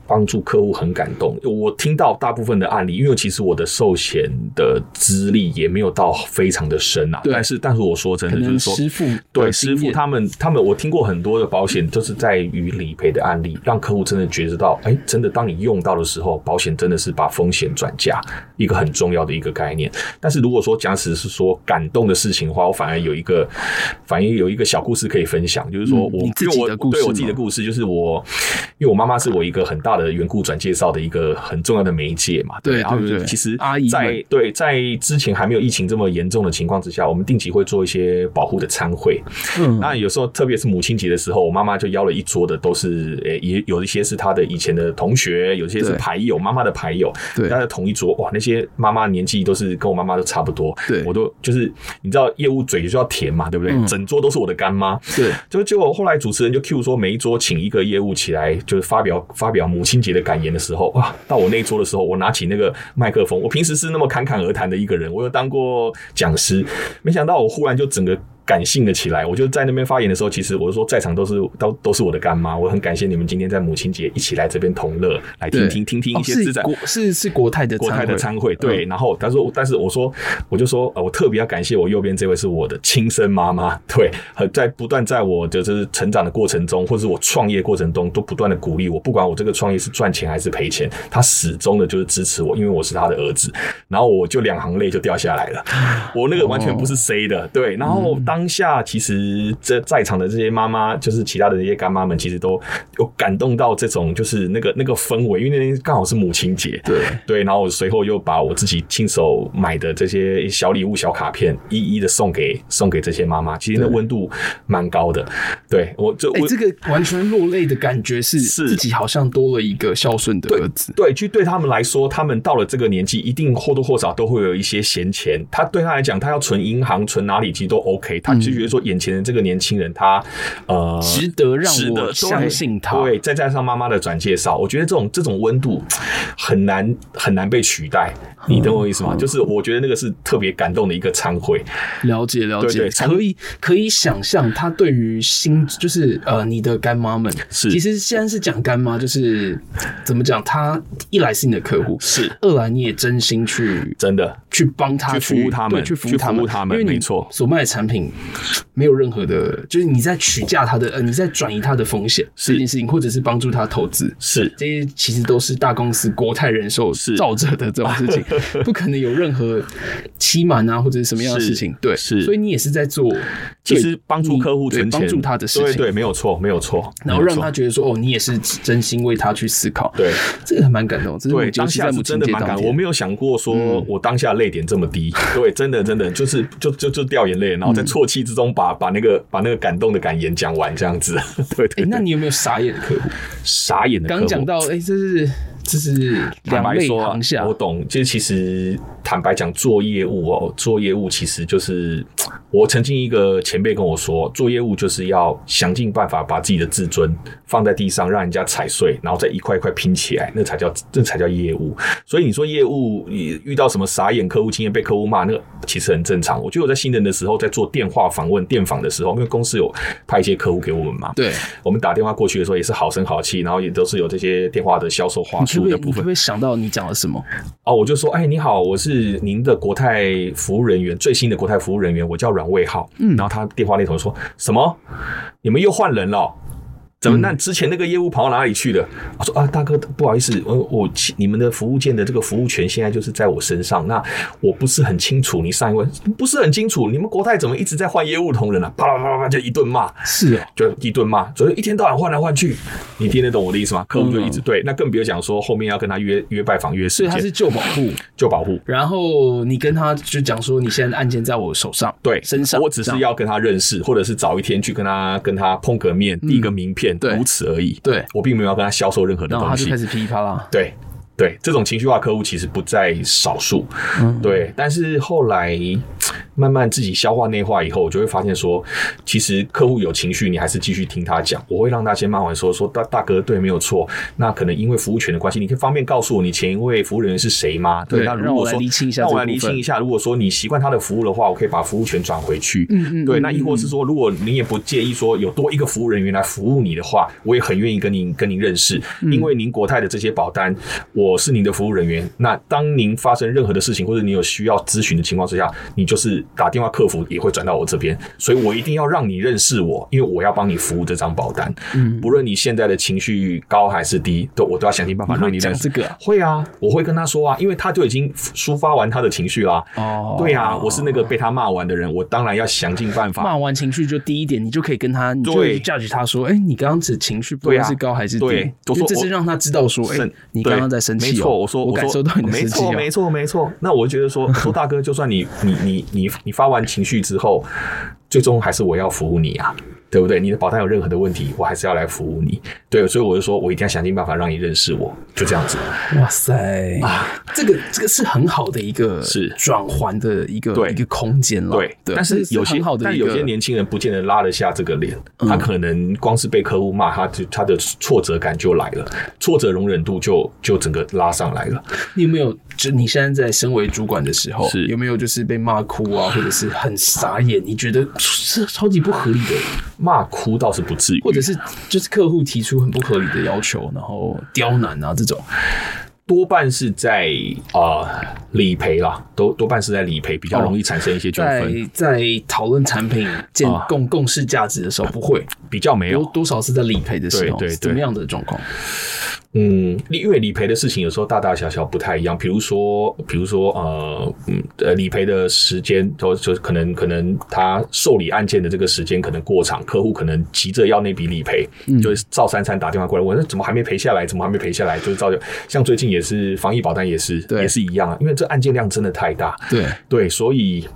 [SPEAKER 4] 帮助客户很感动。我听到大部分的案例，因为其实我的寿险的资历也没有到非常的深啊，
[SPEAKER 3] 对
[SPEAKER 4] 但是但是我说真
[SPEAKER 3] 可
[SPEAKER 4] 的，就
[SPEAKER 3] 能
[SPEAKER 4] 是说
[SPEAKER 3] 师傅
[SPEAKER 4] 对
[SPEAKER 3] 的
[SPEAKER 4] 师
[SPEAKER 3] 经
[SPEAKER 4] 傅
[SPEAKER 3] 验
[SPEAKER 4] 他们他们，我听过很多的保险，就是在于理赔的案例，让客户真的觉知到，哎、真的当你用到的时候，保险真的是把风险转嫁，一个很重要的一个概念。但是如果说假使是说感动的事情的话，我反而有一个反而有一个小故事可以分享，就是说
[SPEAKER 3] 嗯
[SPEAKER 4] 我、
[SPEAKER 3] 你自
[SPEAKER 4] 因为
[SPEAKER 3] 己
[SPEAKER 4] 我
[SPEAKER 3] 的故
[SPEAKER 4] 对
[SPEAKER 3] 事
[SPEAKER 4] 我自己的
[SPEAKER 3] 吗
[SPEAKER 4] 故事，就是我因为我妈妈是我一个很大的缘故转介绍的一个很重要的媒介嘛，
[SPEAKER 3] 对
[SPEAKER 4] 然后
[SPEAKER 3] 对对
[SPEAKER 4] 其实
[SPEAKER 3] 阿姨
[SPEAKER 4] 在
[SPEAKER 3] 们
[SPEAKER 4] 对，在之前还没有疫情这么严重的情况之下，我们定期会做一些保护的餐会。
[SPEAKER 3] 嗯
[SPEAKER 4] 那有时候，特别是母亲节的时候，我妈妈就邀了一桌的都是，诶、也有一些是她的以前的同学，有些是
[SPEAKER 1] 对
[SPEAKER 4] 牌友，妈妈的牌友，
[SPEAKER 1] 对
[SPEAKER 4] 大家同一桌，哇，那些妈妈年纪都是跟我妈妈都差不多，
[SPEAKER 1] 对
[SPEAKER 4] 我都就是你知道业务嘴就要甜嘛，对不对？
[SPEAKER 3] 嗯
[SPEAKER 4] 整桌都是我的干妈，
[SPEAKER 1] 对，
[SPEAKER 4] 就结果后来主持人就 Q 说，每一桌请一个业务起来，就是发表发表母亲节的感言的时候，哇，到我那一桌的时候，我拿起那个麦克风，我平时是那么侃侃而谈的一个人，我有当过讲师，没想到我忽然就整个。感性了起来，我就在那边发言的时候，其实我是说在场都是都都是我的干妈，我很感谢你们今天在母亲节一起来这边同乐，来听
[SPEAKER 1] 对
[SPEAKER 4] 听听听
[SPEAKER 3] 哦
[SPEAKER 4] 一些
[SPEAKER 3] 是
[SPEAKER 4] 自在、
[SPEAKER 3] 国是是国泰的
[SPEAKER 4] 国泰的
[SPEAKER 3] 餐嗯
[SPEAKER 4] 参会，嗯对。然后他说，但是我说，我就说，呃我特别要感谢我右边这位是我的亲生妈妈，对，很在不断在我的就是成长的过程中，或是我创业过程中，都不断的鼓励我，不管我这个创业是赚钱还是赔钱，他始终的就是支持我，因为我是他的儿子。然后我就两行泪就掉下来了，我那个完全不是 C 的，对。然后当下其实这在场的这些妈妈，就是其他的那些干妈们，其实都有感动到这种就是那个那个氛围，因为那天刚好是母亲节，对。
[SPEAKER 1] 对，
[SPEAKER 4] 对，然后我随后又把我自己亲手买的这些小礼物、小卡片，一一的送给送给这些妈妈。其实那温度蛮高的，对我就
[SPEAKER 3] 哎、
[SPEAKER 4] 我、
[SPEAKER 3] 这个完全落泪的感觉是
[SPEAKER 4] 是
[SPEAKER 3] 自己好像多了一个孝顺的儿子，
[SPEAKER 4] 对，就对他们来说，他们到了这个年纪，一定或多或少都会有一些闲钱。他对他来讲，他要存银行、存哪里其实都 OK。他
[SPEAKER 3] 嗯
[SPEAKER 4] 就觉得说，眼前的这个年轻人，他呃，
[SPEAKER 3] 值得让
[SPEAKER 4] 值得
[SPEAKER 3] 我相信他。
[SPEAKER 4] 对，再加上妈妈的转介绍，我觉得这种这种温度很难很难被取代。
[SPEAKER 3] 嗯
[SPEAKER 4] 你懂我意思吗？就是我觉得那个是特别感动的一个参会。
[SPEAKER 3] 了解了解，
[SPEAKER 4] 对对从
[SPEAKER 3] 可以可以想象他对于新就是呃你的干妈们，
[SPEAKER 4] 是
[SPEAKER 3] 其实现在是讲干妈，就是怎么讲，他一来是你的客户，
[SPEAKER 4] 是
[SPEAKER 3] 二来你也真心去
[SPEAKER 4] 真的，
[SPEAKER 3] 去帮他
[SPEAKER 4] 去服务他们
[SPEAKER 3] 对去服
[SPEAKER 4] 去
[SPEAKER 3] 务他
[SPEAKER 4] 服
[SPEAKER 3] 们，
[SPEAKER 4] 务他们
[SPEAKER 3] 因为你
[SPEAKER 4] 没错
[SPEAKER 3] 所卖的产品没有任何的，就是你在取价他的，呃，你在转移他的风险
[SPEAKER 4] 是
[SPEAKER 3] 这件事情，或者是帮助他投资。
[SPEAKER 4] 是
[SPEAKER 3] 这些其实都是大公司国泰人寿
[SPEAKER 4] 是
[SPEAKER 3] 造着的这种事 情，不可能有任何欺瞒啊或者是什么样的
[SPEAKER 4] 是
[SPEAKER 3] 事情。对，
[SPEAKER 4] 是
[SPEAKER 3] 所以你也是在做，
[SPEAKER 4] 其实帮助客户
[SPEAKER 3] 对
[SPEAKER 4] 存钱，
[SPEAKER 3] 帮助他的事情
[SPEAKER 4] 对对，没有错，没有错。
[SPEAKER 3] 然后
[SPEAKER 4] 没有
[SPEAKER 3] 让
[SPEAKER 4] 错
[SPEAKER 3] 他觉得说，哦，你也是真心为他去思考。
[SPEAKER 4] 对，
[SPEAKER 3] 这个还蛮感动，这是我
[SPEAKER 4] 对
[SPEAKER 3] 觉
[SPEAKER 4] 当
[SPEAKER 3] 得
[SPEAKER 4] 下
[SPEAKER 3] 在
[SPEAKER 4] 是
[SPEAKER 3] 母亲
[SPEAKER 4] 真的
[SPEAKER 3] 节
[SPEAKER 4] 蛮感
[SPEAKER 3] 当
[SPEAKER 4] 动，我
[SPEAKER 3] 天。嗯
[SPEAKER 4] 没有想过说我当下泪点这么低。对，真的真的就是就就就掉眼泪，然后
[SPEAKER 3] 嗯
[SPEAKER 4] 在啜泣之中把把那个把那个感动的感言讲完，这样子。 对对
[SPEAKER 3] 哎，那
[SPEAKER 4] 对，
[SPEAKER 3] 你有没有傻眼的客户？
[SPEAKER 4] 傻眼的客户。
[SPEAKER 3] 刚讲到，哎，这是这是
[SPEAKER 4] 坦
[SPEAKER 3] 两
[SPEAKER 4] 白
[SPEAKER 3] 肋
[SPEAKER 4] 说啊
[SPEAKER 3] 旁，下
[SPEAKER 4] 我，懂。就其实坦白讲，做业务哦，做业务其实就是我曾经一个前辈跟我说，做业务就是要想尽办法把自己的自尊放在地上，让人家踩碎，然后再一块一块拼起来，那才叫这才叫业务。所以你说业务你遇到什么傻眼客户经验被客户骂，那个其实很正常。我觉得我在新人的时候，在做电话访问、电访的时候，因为公司有派一些客户给我们嘛，
[SPEAKER 3] 对，
[SPEAKER 4] 我们打电话过去的时候也是好声好气，然后也都是有这些电话的销售话
[SPEAKER 3] 你会不
[SPEAKER 4] 术的
[SPEAKER 3] 会
[SPEAKER 4] 部
[SPEAKER 3] 你会
[SPEAKER 4] 分
[SPEAKER 3] 不。会想到你讲了什么？
[SPEAKER 4] 哦，我就说，哎，你好，我是您的国泰服务人员，最新的国泰服务人员，我叫阮卫浩。嗯，然后他电话那头说什么？你们又换人了哦？怎么？那之前那个业务跑到哪里去了？我说啊，大哥，不好意思，我我你们的服务件的这个服务权现在就是在我身上，那我不是很清楚。你上一位不是很清楚，你们国泰怎么一直在换业务同仁啊？啪啦啪啦啪啦就一顿骂。
[SPEAKER 3] 是哦，
[SPEAKER 4] 就一顿骂，所以一天到晚换来换去，你听得懂我的意思吗？客户就一直对，那更别讲说后面要跟他约约拜访约时
[SPEAKER 3] 所以
[SPEAKER 4] 间，
[SPEAKER 3] 他是旧保护，
[SPEAKER 4] 就保护。
[SPEAKER 3] 然后你跟他就讲说，你现在的案件在我手上，
[SPEAKER 4] 对，
[SPEAKER 3] 身上，
[SPEAKER 4] 我只
[SPEAKER 3] 这
[SPEAKER 4] 是
[SPEAKER 3] 样
[SPEAKER 4] 要跟他认识，或者是早一天去跟他跟他碰个面，递个名
[SPEAKER 3] 嗯
[SPEAKER 4] 片，
[SPEAKER 3] 对
[SPEAKER 4] 如此而已。
[SPEAKER 3] 对
[SPEAKER 4] 我并没有要跟他销售任何的
[SPEAKER 3] 然后他
[SPEAKER 4] 东
[SPEAKER 3] 就
[SPEAKER 4] 西
[SPEAKER 3] 开。始噼里啪啦，
[SPEAKER 4] 对
[SPEAKER 3] 嗯
[SPEAKER 4] 对，这种情绪化客户其实不在少数。对，但是后来慢慢自己消化内化以后，我就会发现说，其实客户有情绪，你还是继续听他讲。我会让他先慢慢说，说大大哥对，没有错。那可能因为服务权的关系，你可以方便告诉我你前一位服务人员是谁吗？对，
[SPEAKER 1] 对
[SPEAKER 4] 那如
[SPEAKER 1] 让我
[SPEAKER 4] 果
[SPEAKER 1] 来
[SPEAKER 4] 说
[SPEAKER 1] 厘清一下
[SPEAKER 4] 让
[SPEAKER 1] 这
[SPEAKER 4] 我来
[SPEAKER 1] 部
[SPEAKER 4] 厘
[SPEAKER 1] 分
[SPEAKER 4] 清一下。如果说你习惯他的服务的话，我可以把服务权转回去。
[SPEAKER 1] 嗯嗯
[SPEAKER 4] 对，
[SPEAKER 1] 嗯
[SPEAKER 4] 那亦或是说，如果您也不介意说有多一个服务人员来服务你的话，我也很愿意跟您跟您认识，
[SPEAKER 1] 嗯
[SPEAKER 4] 因为您国泰的这些保单，我是您的服务人员。那当您发生任何的事情，或者你有需要咨询的情况之下，你就是打电话客服也会转到我这边，所以我一定要让你认识我，因为我要帮你服务这张保单。嗯，不论你现在的情绪高还是低，都我都要想尽办法
[SPEAKER 1] 你会
[SPEAKER 4] 让你认
[SPEAKER 1] 讲
[SPEAKER 4] 识。
[SPEAKER 1] 这个啊
[SPEAKER 4] 会啊，我会跟他说啊，因为他就已经抒发完他的情绪啦。
[SPEAKER 1] 哦
[SPEAKER 4] 对啊，我是那个被他骂完的人，我当然要想尽办法
[SPEAKER 1] 骂完情绪就低一点，你就可以跟他，你就
[SPEAKER 4] 对
[SPEAKER 1] judge 他说，哎，你刚刚指情绪不论
[SPEAKER 4] 对啊
[SPEAKER 1] 是高还是低，
[SPEAKER 4] 对
[SPEAKER 1] 因
[SPEAKER 4] 我
[SPEAKER 1] 为
[SPEAKER 4] 说
[SPEAKER 1] 这是
[SPEAKER 4] 我
[SPEAKER 1] 让他知道说，哎
[SPEAKER 4] 生，
[SPEAKER 1] 你
[SPEAKER 4] 对
[SPEAKER 1] 刚刚在生气哦，
[SPEAKER 4] 没错，我说
[SPEAKER 1] 我
[SPEAKER 4] 说
[SPEAKER 1] 感受到你的
[SPEAKER 4] 没
[SPEAKER 1] 生气
[SPEAKER 4] 错，
[SPEAKER 1] 哦，
[SPEAKER 4] 没错，没错。那我觉 得说，我说大哥，就算你你你你你发完情绪之后，最终还是我要服务你啊。对不对？你的保单有任何的问题，我还是要来服务你。对，所以我就说，我一定要想尽办法让你认识我，就这样子。
[SPEAKER 3] 哇塞啊，这个这个是很好的一个
[SPEAKER 4] 是
[SPEAKER 3] 转环的一个
[SPEAKER 4] 对
[SPEAKER 3] 一个空间了。
[SPEAKER 4] 对，但是有些
[SPEAKER 1] 很好的
[SPEAKER 4] 但
[SPEAKER 1] 一
[SPEAKER 4] 有
[SPEAKER 1] 个
[SPEAKER 4] 些年轻人不见得拉得下这个脸，他可能光是被客户骂，他就他的挫折感就来了，挫折容忍度就就整个拉上来了。
[SPEAKER 3] 你有没有就你现在在身为主管的时候，
[SPEAKER 4] 是
[SPEAKER 3] 有没有就是被骂哭啊，或者是很傻眼？你觉得是超级不合理的，
[SPEAKER 4] 骂哭倒是不至于，
[SPEAKER 3] 或者是就是客户提出很不合理的要求，然后刁难啊这种？
[SPEAKER 4] 多半是在啊、呃理赔啦，多多半是在理赔比较容易产生一些纠
[SPEAKER 3] 在
[SPEAKER 4] 纷，
[SPEAKER 3] 在讨论产品建
[SPEAKER 4] 啊
[SPEAKER 3] 共共识价值的时候，不会
[SPEAKER 4] 比较没
[SPEAKER 3] 有
[SPEAKER 4] 有。
[SPEAKER 3] 多少是在理赔的时候，
[SPEAKER 4] 对对对
[SPEAKER 3] 怎么样的状况？
[SPEAKER 4] 嗯，因为理赔的事情有时候大大小小不太一样，比如说，比如说呃嗯呃，理赔的时间，就就可能可能他受理案件的这个时间可能过长，客户可能急着要那笔理赔，
[SPEAKER 1] 嗯
[SPEAKER 4] 就是赵三三打电话过来问，那怎么还没赔下来？怎么还没赔下来？就是照旧，像最近也是防疫保单也是
[SPEAKER 1] 对
[SPEAKER 4] 也是一样啊，因为这案件量真的太大，
[SPEAKER 1] 对，
[SPEAKER 4] 对，所以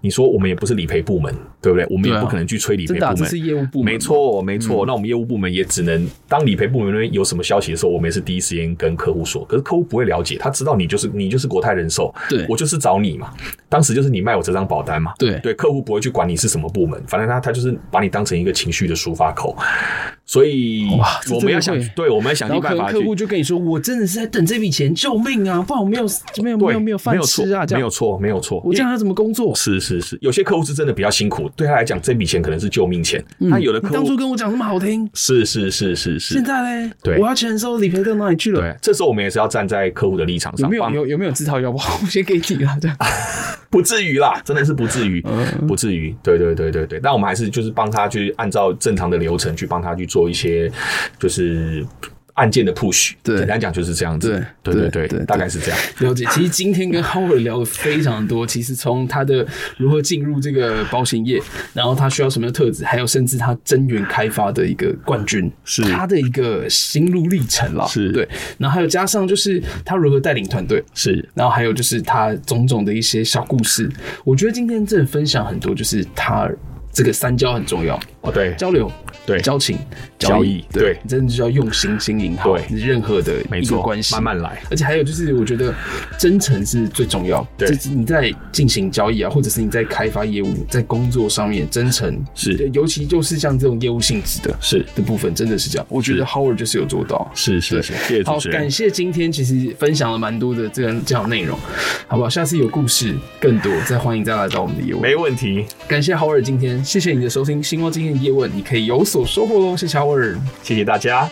[SPEAKER 4] 你说我们也不是理赔部门，对不对？我们也
[SPEAKER 1] 对啊
[SPEAKER 4] 不可能去催理赔
[SPEAKER 1] 真
[SPEAKER 4] 部
[SPEAKER 1] 的啊这
[SPEAKER 4] 门。
[SPEAKER 1] 是业务部门，嗯
[SPEAKER 4] 没，错，没错。那我们业务部门也只能当理赔部门那边有什么消息的时候，我们也是第一时间跟客户说。可是客户不会了解，他知道你就是你就是国泰人寿，
[SPEAKER 1] 对
[SPEAKER 4] 我就是找你嘛，当时就是你卖我这张保单嘛，
[SPEAKER 1] 对
[SPEAKER 4] 对，客户不会去管你是什么部门，反正他他就是把你当成一个情绪的抒发口。所以
[SPEAKER 1] 哇这
[SPEAKER 4] 我
[SPEAKER 1] 真
[SPEAKER 4] 们
[SPEAKER 1] 的
[SPEAKER 4] 要想
[SPEAKER 1] 会，
[SPEAKER 4] 对，我们要想
[SPEAKER 1] 然后
[SPEAKER 4] 尽
[SPEAKER 1] 可
[SPEAKER 4] 办
[SPEAKER 1] 能
[SPEAKER 4] 法
[SPEAKER 1] 客户
[SPEAKER 4] 去。
[SPEAKER 1] 就跟你说，我真的是在等这笔钱，救命啊，不然我没有没有没
[SPEAKER 4] 对，
[SPEAKER 1] 有没有饭吃啊，这
[SPEAKER 4] 没
[SPEAKER 1] 样
[SPEAKER 4] 有错，没有错。
[SPEAKER 1] 我这样要怎么工作？
[SPEAKER 4] 是是是，有些客户是真的比较辛苦，对他来讲，这笔钱可能是救命钱。那有的
[SPEAKER 1] 嗯你
[SPEAKER 4] 客
[SPEAKER 1] 当初
[SPEAKER 4] 户
[SPEAKER 1] 跟我讲那么好听，
[SPEAKER 4] 是是是是是
[SPEAKER 1] 现，在嘞，
[SPEAKER 4] 对
[SPEAKER 1] 我要钱的时候理赔到哪里去了？
[SPEAKER 4] 对，这时候我们也是要站在客户的立场
[SPEAKER 1] 有
[SPEAKER 4] 上，
[SPEAKER 1] 没有
[SPEAKER 4] 帮
[SPEAKER 1] 有有没有自掏腰包？我先给你了，这样。
[SPEAKER 3] 啊
[SPEAKER 4] 不至于啦，真的是不至于，
[SPEAKER 1] 嗯
[SPEAKER 4] 不至于。对对对对对，但我们还是就是帮他去按照正常的流程去帮他去做一些就是。案件的 push，
[SPEAKER 1] 对
[SPEAKER 4] 简单讲就是这样子，
[SPEAKER 1] 对
[SPEAKER 4] 对
[SPEAKER 1] 对
[SPEAKER 4] 对
[SPEAKER 1] 对
[SPEAKER 4] 对，大概是这样。
[SPEAKER 3] 了解，其实今天跟 Howard 聊了非常 多，其实从他的如何进入这个保险业，然后他需要什么样的特质，还有甚至他真源开发的一个冠军，
[SPEAKER 4] 是
[SPEAKER 3] 他的一个心路历程啦，
[SPEAKER 4] 是
[SPEAKER 3] 对，然后还有加上就是他如何带领团队。
[SPEAKER 4] 是
[SPEAKER 3] 然后还有就是他种种的一些小故事，我觉得今天真的分享很多，就是他这个三交很重要，
[SPEAKER 4] 哦，对，
[SPEAKER 3] 交流、
[SPEAKER 4] 对
[SPEAKER 3] 交情、
[SPEAKER 4] 交易
[SPEAKER 3] 对，
[SPEAKER 4] 对
[SPEAKER 3] 你真的就要用心经营好
[SPEAKER 4] 对
[SPEAKER 3] 你任何的
[SPEAKER 4] 没
[SPEAKER 3] 一个
[SPEAKER 4] 错，
[SPEAKER 3] 关系，
[SPEAKER 4] 慢慢来，
[SPEAKER 3] 而且还有就是，我觉得真诚是最重要。
[SPEAKER 4] 对
[SPEAKER 3] 就是你在进行交易啊，或者是你在开发业务、在工作上面，真诚
[SPEAKER 4] 是
[SPEAKER 3] 尤其就是像这种业务性质的
[SPEAKER 4] 是
[SPEAKER 3] 的部分，真的是这样。我觉得 Howard 就是有做到。
[SPEAKER 4] 是是是，谢谢
[SPEAKER 3] 好
[SPEAKER 4] 主，持人
[SPEAKER 3] 感，谢今天其实分享了蛮多的这样这样的内容，好不好？下次有故事更多，再欢迎再来到我们的业务。
[SPEAKER 4] 没问题，
[SPEAKER 3] 感谢 Howard 今天，谢谢你的收听，希望今天的叶问你可以有所收获喽，谢谢 Howard。
[SPEAKER 4] 谢谢大家。